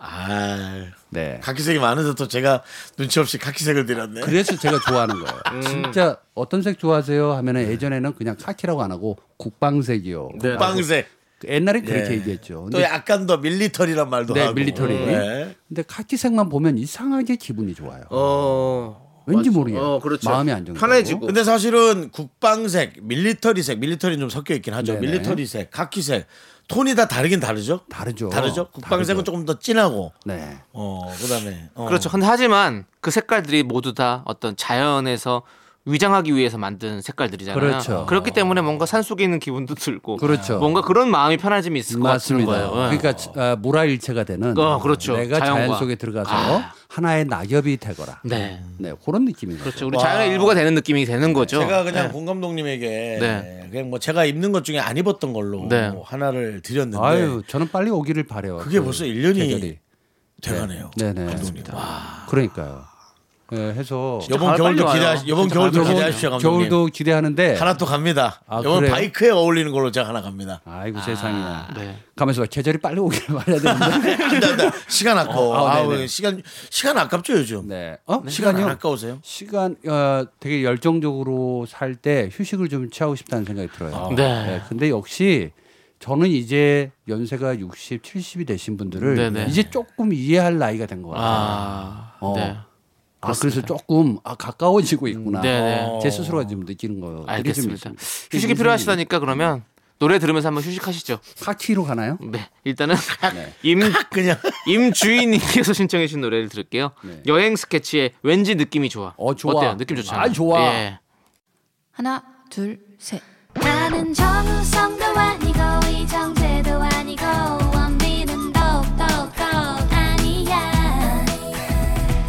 아
네.
카키색이 많아서 또 제가 눈치 없이 카키색을 드렸네.
그래서 제가 좋아하는 거예요.
음.
진짜 어떤 색 좋아하세요? 하면은 예전에는 그냥 카키라고 안 하고 국방색이요.
네.
빵색.
옛날에 그렇게
예.
얘기했죠.
또
근데,
약간 더 밀리터리란 말도
네,
하고.
밀리터리.
네.
근데 카키색만 보면 이상하게 기분이 좋아요.
어.
왠지
맞-
모르게
어, 그렇죠.
마음이 안정되고
편해지고.
근데 사실은 국방색, 밀리터리색, 밀리터리는 좀 섞여 있긴 하죠.
네네.
밀리터리색, 카키색 톤이 다 다르긴 다르죠.
다르죠.
다르죠. 국방색은
다르죠.
조금 더 진하고.
네.
어, 그다음에 어.
그렇죠. 근데 하지만 그 색깔들이 모두 다 어떤 자연에서 위장하기 위해서 만든 색깔들이잖아요.
그렇죠.
기 때문에 뭔가 산 속에 있는 기분도 들고,
그렇죠.
뭔가 그런 마음이 편해짐이 있을 것 같은
맞습니다.
거예요. 예.
그러니까 아, 물화일체가 되는
어, 그렇죠.
내가 자연
자연과.
속에 들어가서
아.
하나의 낙엽이 되거라.
네.
네, 그런 느낌인 거죠.
그렇죠. 우리 자연의 일부가 되는 느낌이 되는 거죠.
제가 그냥 공 감독님에게
네.
그냥 뭐 제가 입는 것 중에 안 입었던 걸로 뭐
네.
하나를 드렸는데
아유, 저는 빨리 오기를 바래요.
그게
그
벌써 1년이
계절이.
돼가네요.
네네.
감독님. 와,
그러니까요. 예, 해서
이번
아, 빨리
겨울도
와요.
기대 이번
진짜
겨울도
빨리 와요.
기대하십시오 감독님.
겨울도 기대하는데
하나 또 갑니다.
아,
이번
그래요?
바이크에 어울리는 걸로 제가 하나 갑니다.
아이고 세상에.
네.
가면서 봐. 계절이 빨리 오기를 말해야 되는데.
안돼 안돼 시간 아까워.
아,
아우,
네네.
시간 시간 아깝죠 요즘.
네. 어?
시간 안
시간이요?
아까우세요?
시간 어, 되게 열정적으로 살 때 휴식을 좀 취하고 싶다는 생각이 들어요.
아.
네.
근데 역시 저는 이제 연세가 60, 70이 되신 분들을
네네.
이제 조금 이해할 나이가 된 것 같아요.
아,
어.
네.
아, 그래서 조금 아, 가까워지고 있구나.
네네.
제 스스로가 지금 느끼는 거.
알겠습니다. 휴식이 필요하시다니까 그러면 노래 들으면서 한번 휴식하시죠.
카키로 가나요?
네, 일단은 임
그냥
임주인님께서 신청해 주신 노래를 들을게요. 여행 스케치의 왠지 느낌이 좋아.
네. 어, 좋아.
어때요? 느낌 좋잖아요.
아, 좋아.
예.
하나 둘셋
나는 정우성도 아니고 이정재도 아니고 원빈은 더욱더 아니야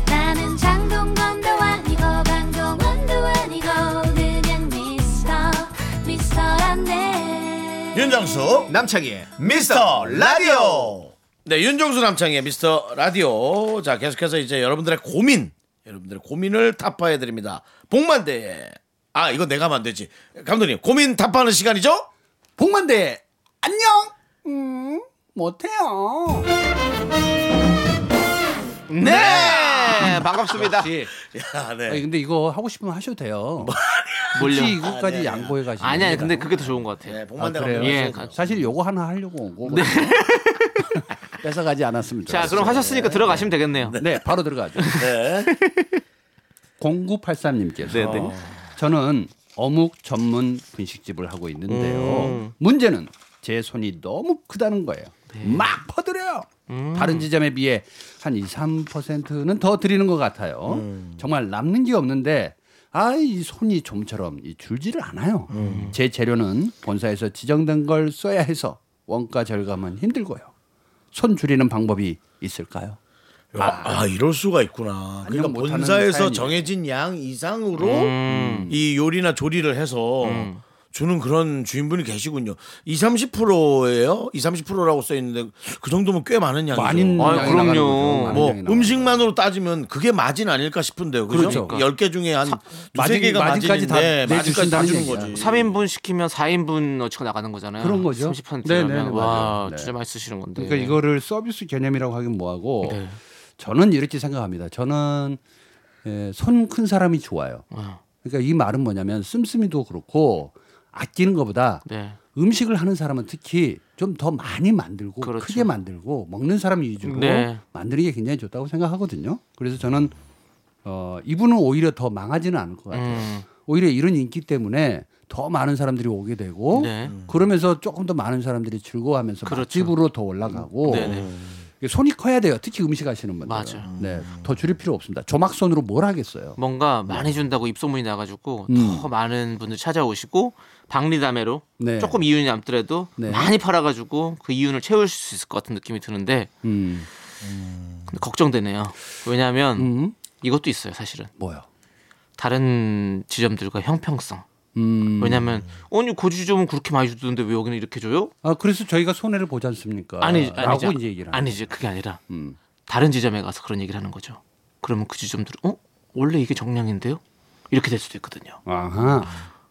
나는 장동건도 아니고 강동원도 아니고 그냥 미스터 미스터란데
윤정수
남창희의
미스터 라디오. 네 윤정수 남창의 미스터 라디오. 자 계속해서 이제 여러분들의 고민 여러분들의 고민을 타파해 드립니다. 복만대 아 이거 내가 하면 안 되지. 감독님 고민 답하는 시간이죠?
복만대 안녕. 음 못해요.
네,
네,
반갑습니다.
예. 야,
아니,
네.
근데 이거 하고 싶으면 하셔도 돼요. 굳이 이거까지 양보해 가시는
아, 네, 아니 아니
게
근데 그게 더 좋은 것 같아요.
네,
아,
복만대가
그래요.
예. 네.
사실 요거 하나 하려고 온 거고. 요 뺏어가지 않았으면
자,
좋겠어요.
그럼 하셨으니까 들어가시면 되겠네요.
네, 바로 들어가죠.
네.
0983님께서
네, 네.
저는 어묵 전문 분식집을 하고 있는데요. 문제는 제 손이 너무 크다는 거예요. 막 퍼드려요. 다른 지점에 비해 한 2, 3%는 더 드리는 것 같아요. 정말 남는 게 없는데 아 이 손이 좀처럼 이 줄지를 않아요. 제 재료는 본사에서 지정된 걸 써야 해서 원가 절감은 힘들고요. 손 줄이는 방법이 있을까요?
아, 아, 이럴 수가 있구나. 그러니까
못하는
본사에서
사연이에요.
정해진 양 이상으로
음.
이 요리나 조리를 해서 주는 그런 주인분이 계시군요. 2, 30%예요. 2, 30%라고 써 있는데 그 정도면 꽤 많은 양이죠.
많은
아,
양이
그럼요.
나가는 거죠. 많은
뭐
양이 나가는
음식만으로 따지면 그게 마진 아닐까 싶은데요. 그렇죠.
그러니까.
10개 중에 한 두세
마진-
개가
마진까지 다
마진인데 마진까지 다
내주신다는
주는
얘기야.
거지.
3인분 시키면 4인분 어치가 나가는 거잖아요.
예. 그런 거죠.
30%면
네, 네,
와,
네, 맞아요. 네.
진짜 많이 쓰시는 건데.
그러니까 이거를 서비스 개념이라고 하긴 뭐하고
네.
저는 이렇게 생각합니다. 저는 예, 손 큰 사람이 좋아요. 그러니까 이 말은 뭐냐면 씀씀이도 그렇고 아끼는 것보다
네.
음식을 하는 사람은 특히 좀 더 많이 만들고
그렇죠.
크게 만들고 먹는 사람 위주로
네.
만드는 게 굉장히 좋다고 생각하거든요. 그래서 저는 어, 이분은 오히려 더 망하지는 않을 것 같아요.
음.
오히려 이런 인기 때문에 더 많은 사람들이 오게 되고
네.
그러면서 조금 더 많은 사람들이 즐거워하면서
그렇죠. 음.
맛집으로 더 올라가고
네네.
이게 손이 커야 돼요. 특히 음식 하시는 분들.
맞아요.
네, 더 줄일 필요 없습니다. 조막손으로 뭘 하겠어요.
뭔가
네.
많이 준다고 입소문이 나가지고 더 많은 분들 찾아오시고 박리담회로
음. 네.
조금 이윤이 남더라도
네.
많이 팔아가지고 그 이윤을 채울 수 있을 것 같은 느낌이 드는데
음,
근데 걱정되네요. 왜냐하면
음,
이것도 있어요, 사실은
뭐요?
다른 지점들과 형평성.
음,
왜냐하면 아니 고지점은 그렇게 많이 주던데 왜 여기는 이렇게 줘요?
아 그래서 저희가 손해를 보지 않습니까?
아니,
라고
아니죠.
이제 얘기를 하는
아니지 그게 아니라
음.
다른 지점에 가서 그런 얘기를 하는 거죠. 그러면 그 지점들은 어 원래 이게 정량인데요? 이렇게 될 수도 있거든요.
아하.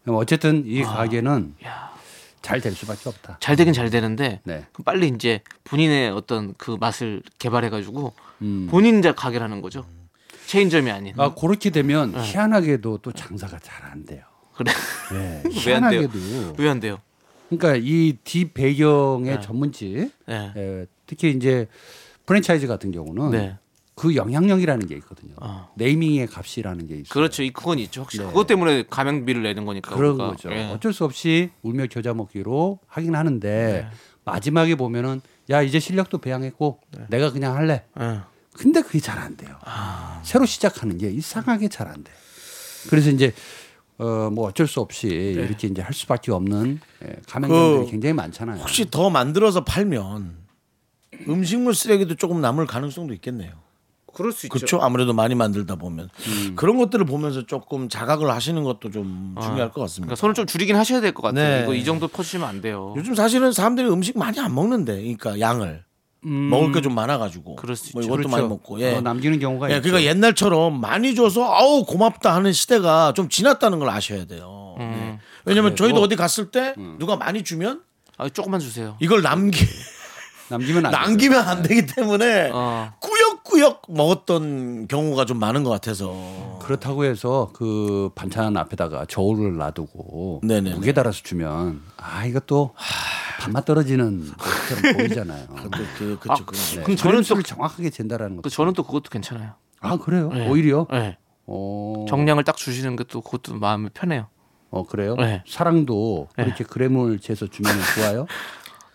어쨌든 이
아.
가게는
야.
잘 될 수밖에 없다.
잘 되긴 잘 되는데
네.
그럼 빨리 이제 본인의 어떤 그 맛을 개발해가지고 본인 자 가게를 하는 거죠. 체인점이 아닌.
아 그렇게 되면
네.
희한하게도 또 장사가 잘 안 돼요.
그래.
네,
왜 안 돼요?
희한하게도.
왜 안 돼요?
그러니까 이 뒷 배경의
네.
전문집,
네.
에, 특히 이제 프랜차이즈 같은 경우는
네.
그 영향력이라는 게 있거든요.
어.
네이밍의 값이라는 게 있어요.
그렇죠. 이 그건 있죠. 확실히 그것 때문에 가맹비를 내는 거니까.
그런
우리가.
거죠.
예.
어쩔 수 없이 울며 겨자 먹기로 하긴 하는데
네.
마지막에 보면은 야 이제 실력도 배양했고 내가 그냥 할래.
네. 예. 아.
근데 그게 잘 안 돼요. 새로 시작하는 게 이상하게 잘 안 돼. 그래서 이제 어 뭐 어쩔 수 없이
네.
이렇게 이제 할 수밖에 없는 예, 가맹점들이
그
굉장히 많잖아요.
혹시 더 만들어서 팔면 음식물 쓰레기도 조금 남을 가능성도 있겠네요.
그럴 수 있죠.
그렇죠. 아무래도 많이 만들다 보면
음.
그런 것들을 보면서 조금 자각을 하시는 것도 좀 중요할 것 같습니다.
그러니까 손을 좀 줄이긴 하셔야 될 것 같아요.
네.
이거 이 정도 퍼주시면 안 돼요.
요즘 사실은 사람들이 음식 많이 안 먹는데, 그러니까 양을 먹을 게 좀 많아가지고
음. 그럴 수
뭐
있죠. 그렇죠.
이것도 많이 먹고, 예.
어, 남기는 경우가
예,
있죠.
그러니까 옛날처럼 많이 줘서 아우 고맙다 하는 시대가 좀 지났다는 걸 아셔야 돼요.
음.
네. 왜냐면 저희도 어디 갔을 때 누가 많이 주면
아, 조금만 주세요.
이걸 남기
남기면 안 돼요.
남기면 안 되기 때문에
어.
꾸역꾸역 먹었던 경우가 좀 많은 것
어.
같아서
그렇다고 해서 그 반찬 앞에다가 저울을 놔두고
네네네.
무게 달아서 주면 아 이것도 밥맛 떨어지는 것처럼 보이잖아요.
그, 그, 그,
아,
그, 그,
네.
그럼
그런
저는 또
수를 정확하게 잰다라는
그
거.
저는 또 그것도 괜찮아요.
아 그래요?
네.
오히려
네.
어,
정량을 딱 주시는 게 또 그것도 마음이 편해요.
어 그래요?
네.
사랑도 그렇게 그램을 재서 주면 좋아요?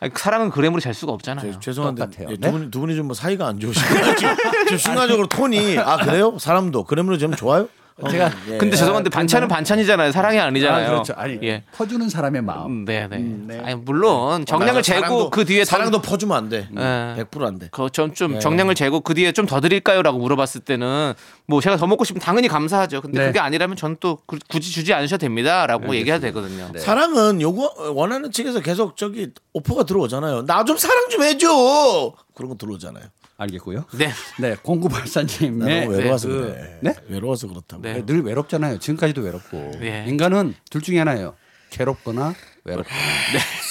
아니, 사랑은 그램으로 잘 수가 없잖아요.
죄송한데
똑같아요.
예,
네?
두, 분이, 두 분이 좀 뭐 사이가 안 좋으신가요? 지금, 지금 순간적으로 톤이 아 그래요? 사람도 그램으로 재면 좋아요?
제가
근데 죄송한데 반찬은 반찬이잖아요. 사랑이 아니잖아요.
아, 그렇죠. 아니
예.
퍼주는 사람의 마음.
음, 네, 네. 아니, 물론 정량을 재고
사랑도-
그 뒤에
사랑도 퍼주면 안 돼.
예.
100%안 돼.
그좀좀 정량을 재고 그 뒤에 좀 더 드릴까요라고 물어봤을 때는 뭐 제가 더 먹고 싶으면 당연히 감사하죠. 근데
네.
그게 아니라면 저는 또 그- 굳이 주지 않으셔도 됩니다라고 얘기해야 되거든요.
네. 사랑은 요거 원하는 측에서 계속 저기 오퍼가 들어오잖아요. 나 좀 사랑 좀 해줘. 그런 거 들어오잖아요.
알겠고요.
네.
네, 공구발사님의
나 너무 외로워서
네, 그-
그래.
네?
외로워서 그렇다고.
네.
늘 외롭잖아요. 지금까지도 외롭고
네.
인간은 둘 중에 하나예요. 괴롭거나 외롭거나.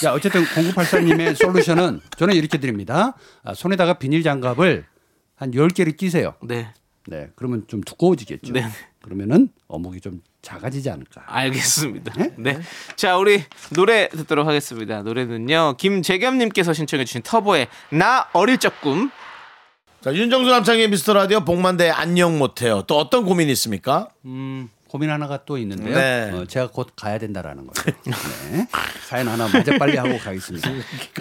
자, 어쨌든 공구팔사님의 솔루션은 저는 이렇게 드립니다. 아, 손에다가 비닐 장갑을 한 10개를 끼세요.
네.
네, 그러면 좀 두꺼워지겠죠.
네.
그러면은 어묵이 좀 작아지지 않을까.
알겠습니다. 네. 자, 우리 노래 듣도록 하겠습니다. 노래는요. 김재겸님께서 신청해주신 터보의 나 어릴 적 꿈.
자, 윤정수 남창의 미스터 라디오 복만대 안녕 못해요. 또 어떤 고민이 있습니까?
음, 고민 하나가 또 있는데요.
네.
어, 제가 곧 가야 된다라는 거죠. 네. 사연 하나 먼저 빨리 하고 가겠습니다.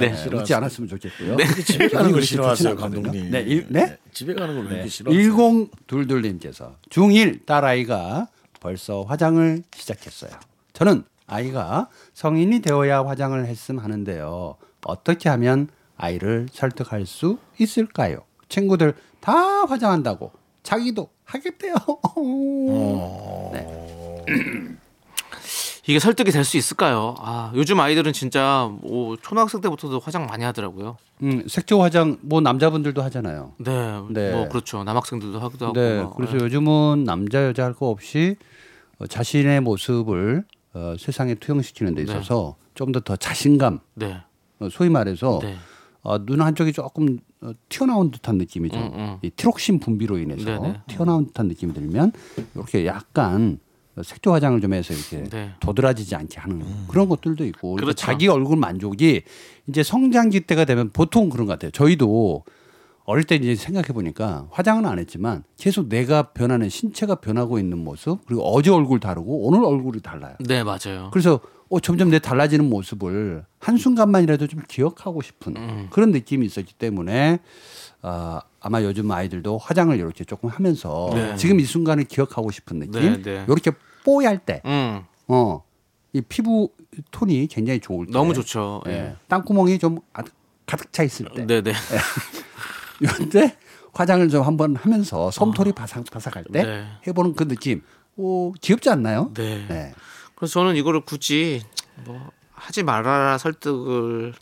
네, 웃지 않았으면 좋겠고요.
집에 가는 걸 싫어하세요,
않거든요.
감독님.
네, 일, 네?
집에 가는 걸 왜 이렇게 싫어하세요?
1022님께서 중1 딸아이가 벌써 화장을 시작했어요. 저는 아이가 성인이 되어야 화장을 했음 하는데요. 어떻게 하면 아이를 설득할 수 있을까요? 친구들 다 화장한다고 자기도 하겠대요.
이게 설득이 될 수 있을까요? 아, 요즘 아이들은 진짜 뭐 초등학생 때부터도 화장 많이 하더라고요.
음, 색조 화장 뭐 남자분들도 하잖아요.
네.
네.
뭐 그렇죠. 남학생들도 하기도 하고.
네,
뭐.
그래서
네.
요즘은 남자 여자 할 거 없이 어, 자신의 모습을 어, 세상에 투영시키는 데 있어서 좀 더 더 자신감,
네.
어, 소위 말해서
네.
어, 눈 한쪽이 조금 어, 튀어나온 듯한 느낌이죠. 이 티록신 분비로 인해서
음, 네, 네.
튀어나온 듯한 느낌이 들면 이렇게 약간 색조 화장을 좀 해서 이렇게
네.
도드라지지 않게 하는 그런 것들도 있고 그러니까
그렇죠.
자기 얼굴 만족이 이제 성장기 때가 되면 보통 그런 것 같아요. 저희도 어릴 때 이제 생각해 보니까 화장은 안 했지만 계속 내가 변하는 신체가 변하고 있는 모습 그리고 어제 얼굴 다르고 오늘 얼굴이 달라요.
네, 맞아요.
그래서 어, 점점 내 달라지는 모습을 한순간만이라도 좀 기억하고 싶은
음.
그런 느낌이 있었기 때문에 아, 아마 요즘 아이들도 화장을 이렇게 조금 하면서
네.
지금 이 순간을 기억하고 싶은 느낌
네, 네.
이렇게 뽀얄 때
음.
어, 이 피부 톤이 굉장히 좋을 때
너무 좋죠.
예.
예.
땅구멍이 좀 아- 가득 차 있을 때
네, 네.
이런데 화장을 좀 한번 하면서 솜털이 바삭바삭할 때
아. 네.
해보는 그 느낌 오, 귀엽지 않나요?
네.
네.
그래서 저는 이거를 굳이 뭐 하지 말아라 설득을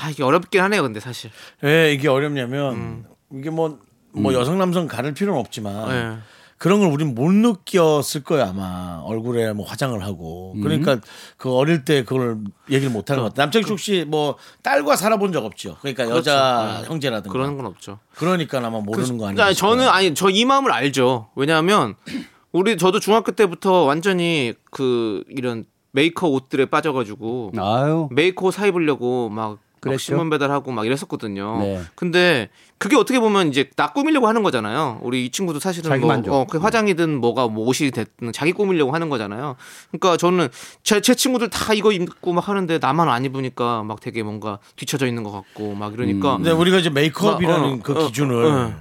아, 이게 어렵긴 하네요. 근데 사실.
왜 이게 어렵냐면 이게 뭐, 뭐
음.
여성 남성 가릴 필요는 없지만
네.
그런 걸 우린 못 느꼈을 거야 아마 얼굴에 뭐 화장을 하고
음.
그러니까 그 어릴 때 그걸 얘기를 못 하는 것 같아
그
남창숙 씨 뭐 딸과 살아본 적 없죠 그러니까 여자
그렇죠.
형제라든가
그런 건 없죠.
그러니까 아마 모르는 거 아니에요
아니, 저는 아니 저 이 마음을 알죠. 왜냐하면 우리 저도 중학교 때부터 완전히 그 이런 메이커 옷들에 빠져가지고
아유
메이커 옷사 입으려고 막, 막
그랬죠?
신문 배달하고 막 이랬었거든요.
네.
근데 그게 어떻게 보면 이제 나 꾸미려고 하는 거잖아요. 우리 이 친구도 사실은
자기
뭐
만족.
어, 그 화장이든 뭐가 뭐 옷이 됐든 자기 꾸미려고 하는 거잖아요. 그러니까 저는 제, 제 친구들 다 이거 입고 막 하는데 나만 안 입으니까 막 되게 뭔가 뒤쳐져 있는 것 같고 막 이러니까
음.
근데 네, 우리가 이제 메이크업이라는
음. 어, 어,
그
어,
기준을
어.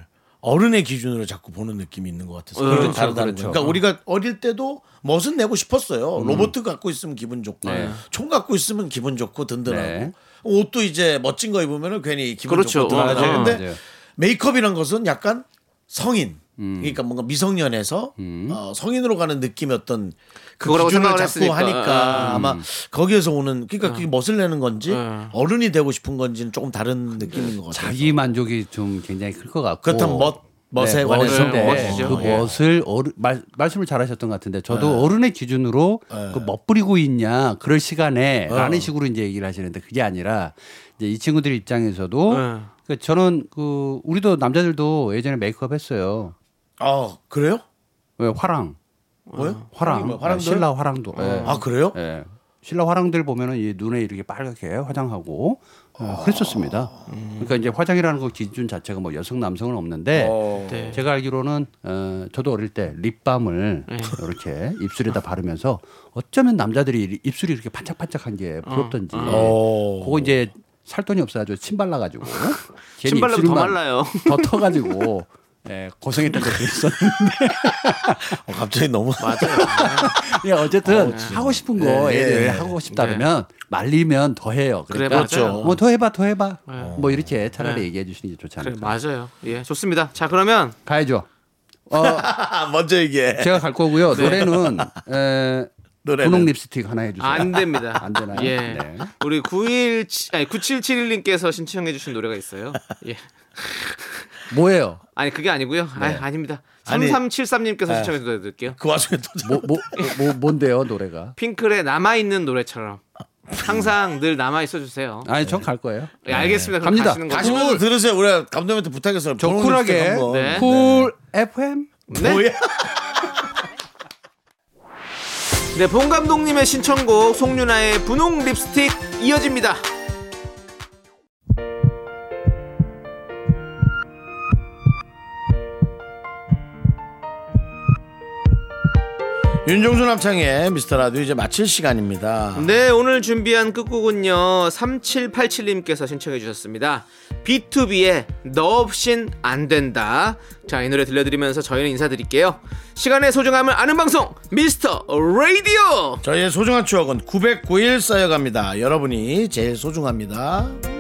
어른의 기준으로 자꾸 보는 느낌이 있는 것 같아서 그게
그렇죠,
좀 다르다는 거죠. 그러니까 우리가 어릴 때도 멋은 내고 싶었어요.
음.
로봇 갖고 있으면 기분 좋고
네.
총 갖고 있으면 기분 좋고 든든하고
네.
옷도 이제 멋진 거 입으면 괜히 기분
그렇죠.
좋고 든든하죠.
어, 어.
근데
맞아요.
메이크업이란 것은 약간 성인
음.
그러니까 뭔가 미성년에서 어, 성인으로 가는 느낌의 어떤 그
그거라고
기준을
생각을
자꾸
했으니까. 음. 어.
하니까 아마 거기에서 오는 그러니까 그게 멋을 내는 건지
네.
어른이 되고 싶은 건지는 조금 다른 느낌인 것 같아요.
자기 만족이 좀 굉장히 클 것 같고 네,
그렇다면 멋 멋에 관해서
멋인데. 멋이죠.
그
예.
멋을 어르, 말, 말씀을 잘하셨던 것 같은데 저도 어른의 기준으로 그 멋부리고 있냐 그럴 시간에 라는 식으로 이제 얘기를 하시는데 그게 아니라 이제 이 친구들 입장에서도
예.
그 저는 그 우리도 남자들도 예전에 메이크업 했어요.
아 그래요?
왜 화랑
뭐요?
화랑
화랑들?
신라 화랑도 예.
아 그래요?
예. 신라 화랑들 보면은 이 눈에 이렇게 빨갛게 화장하고 어, 그랬었습니다. 그러니까 이제 화장이라는 거 기준 자체가 뭐 여성 남성은 없는데
어.
네.
제가 알기로는 어, 저도 어릴 때 립밤을
네.
이렇게 입술에다 바르면서 어쩌면 남자들이 이 입술이 이렇게 반짝반짝한
음.
게 부럽던지
오.
그거 이제 살 돈이 없어가지고 침 발라가지고 괜히
신발로 더
입술만
말라요.
더 터가지고 예, 고생했던 적도 있었는데
어, 갑자기 너무
예, 어쨌든 하고
네,
싶은 거
예,
애들
예.
하고 싶다면 말리면 더 해요.
그래,
그러니까
맞아요. 네.
뭐 더 해봐, 더 해봐. 뭐 이렇게 차라리 얘기해 주시는 게 좋지
그래
않을까.
맞아요. 예 좋습니다. 자 그러면
가야죠. 어,
아, 먼저 얘기해.
네.
제가 갈 거고요. 노래는 에,
노래는.
분홍 립스틱 하나 해주세요.
안 됩니다.
안 되나요?
예.
네.
우리 9일 아니 9771님께서 신청해 주신 노래가 있어요. 예.
뭐예요?
아니 그게 아니고요.
네.
아, 아닙니다.
아니,
3373님께서 신청해 주셔서 드릴게요.
그 와중에 또
뭐, 뭐, 뭐, 뭔데요, 노래가?
핑클의 남아 있는 노래처럼 항상 늘 남아 있어 주세요.
아니, 전 갈 거예요.
예, 알겠습니다. 그럼
네. 갑니다.
가시는 거죠.
가시면서 들으세요. 우리 감독님한테 부탁했어요.
저
분홍 립스틱
쿨하게.
한번.
네.
쿨 FM?
네.
뭐야?
네, 봉 감독님의 신청곡 송윤아의 분홍 립스틱 이어집니다.
윤종수 남창의 미스터 라디오 이제 마칠 시간입니다.
네, 오늘 준비한 끝곡은요. 3787님께서 신청해 주셨습니다. B2B의 너 없인 안 된다. 자, 이 노래 들려드리면서 저희는 인사드릴게요. 시간의 소중함을 아는 방송 미스터 라디오.
저희의 소중한 추억은 909일 쌓여갑니다. 여러분이 제일 소중합니다.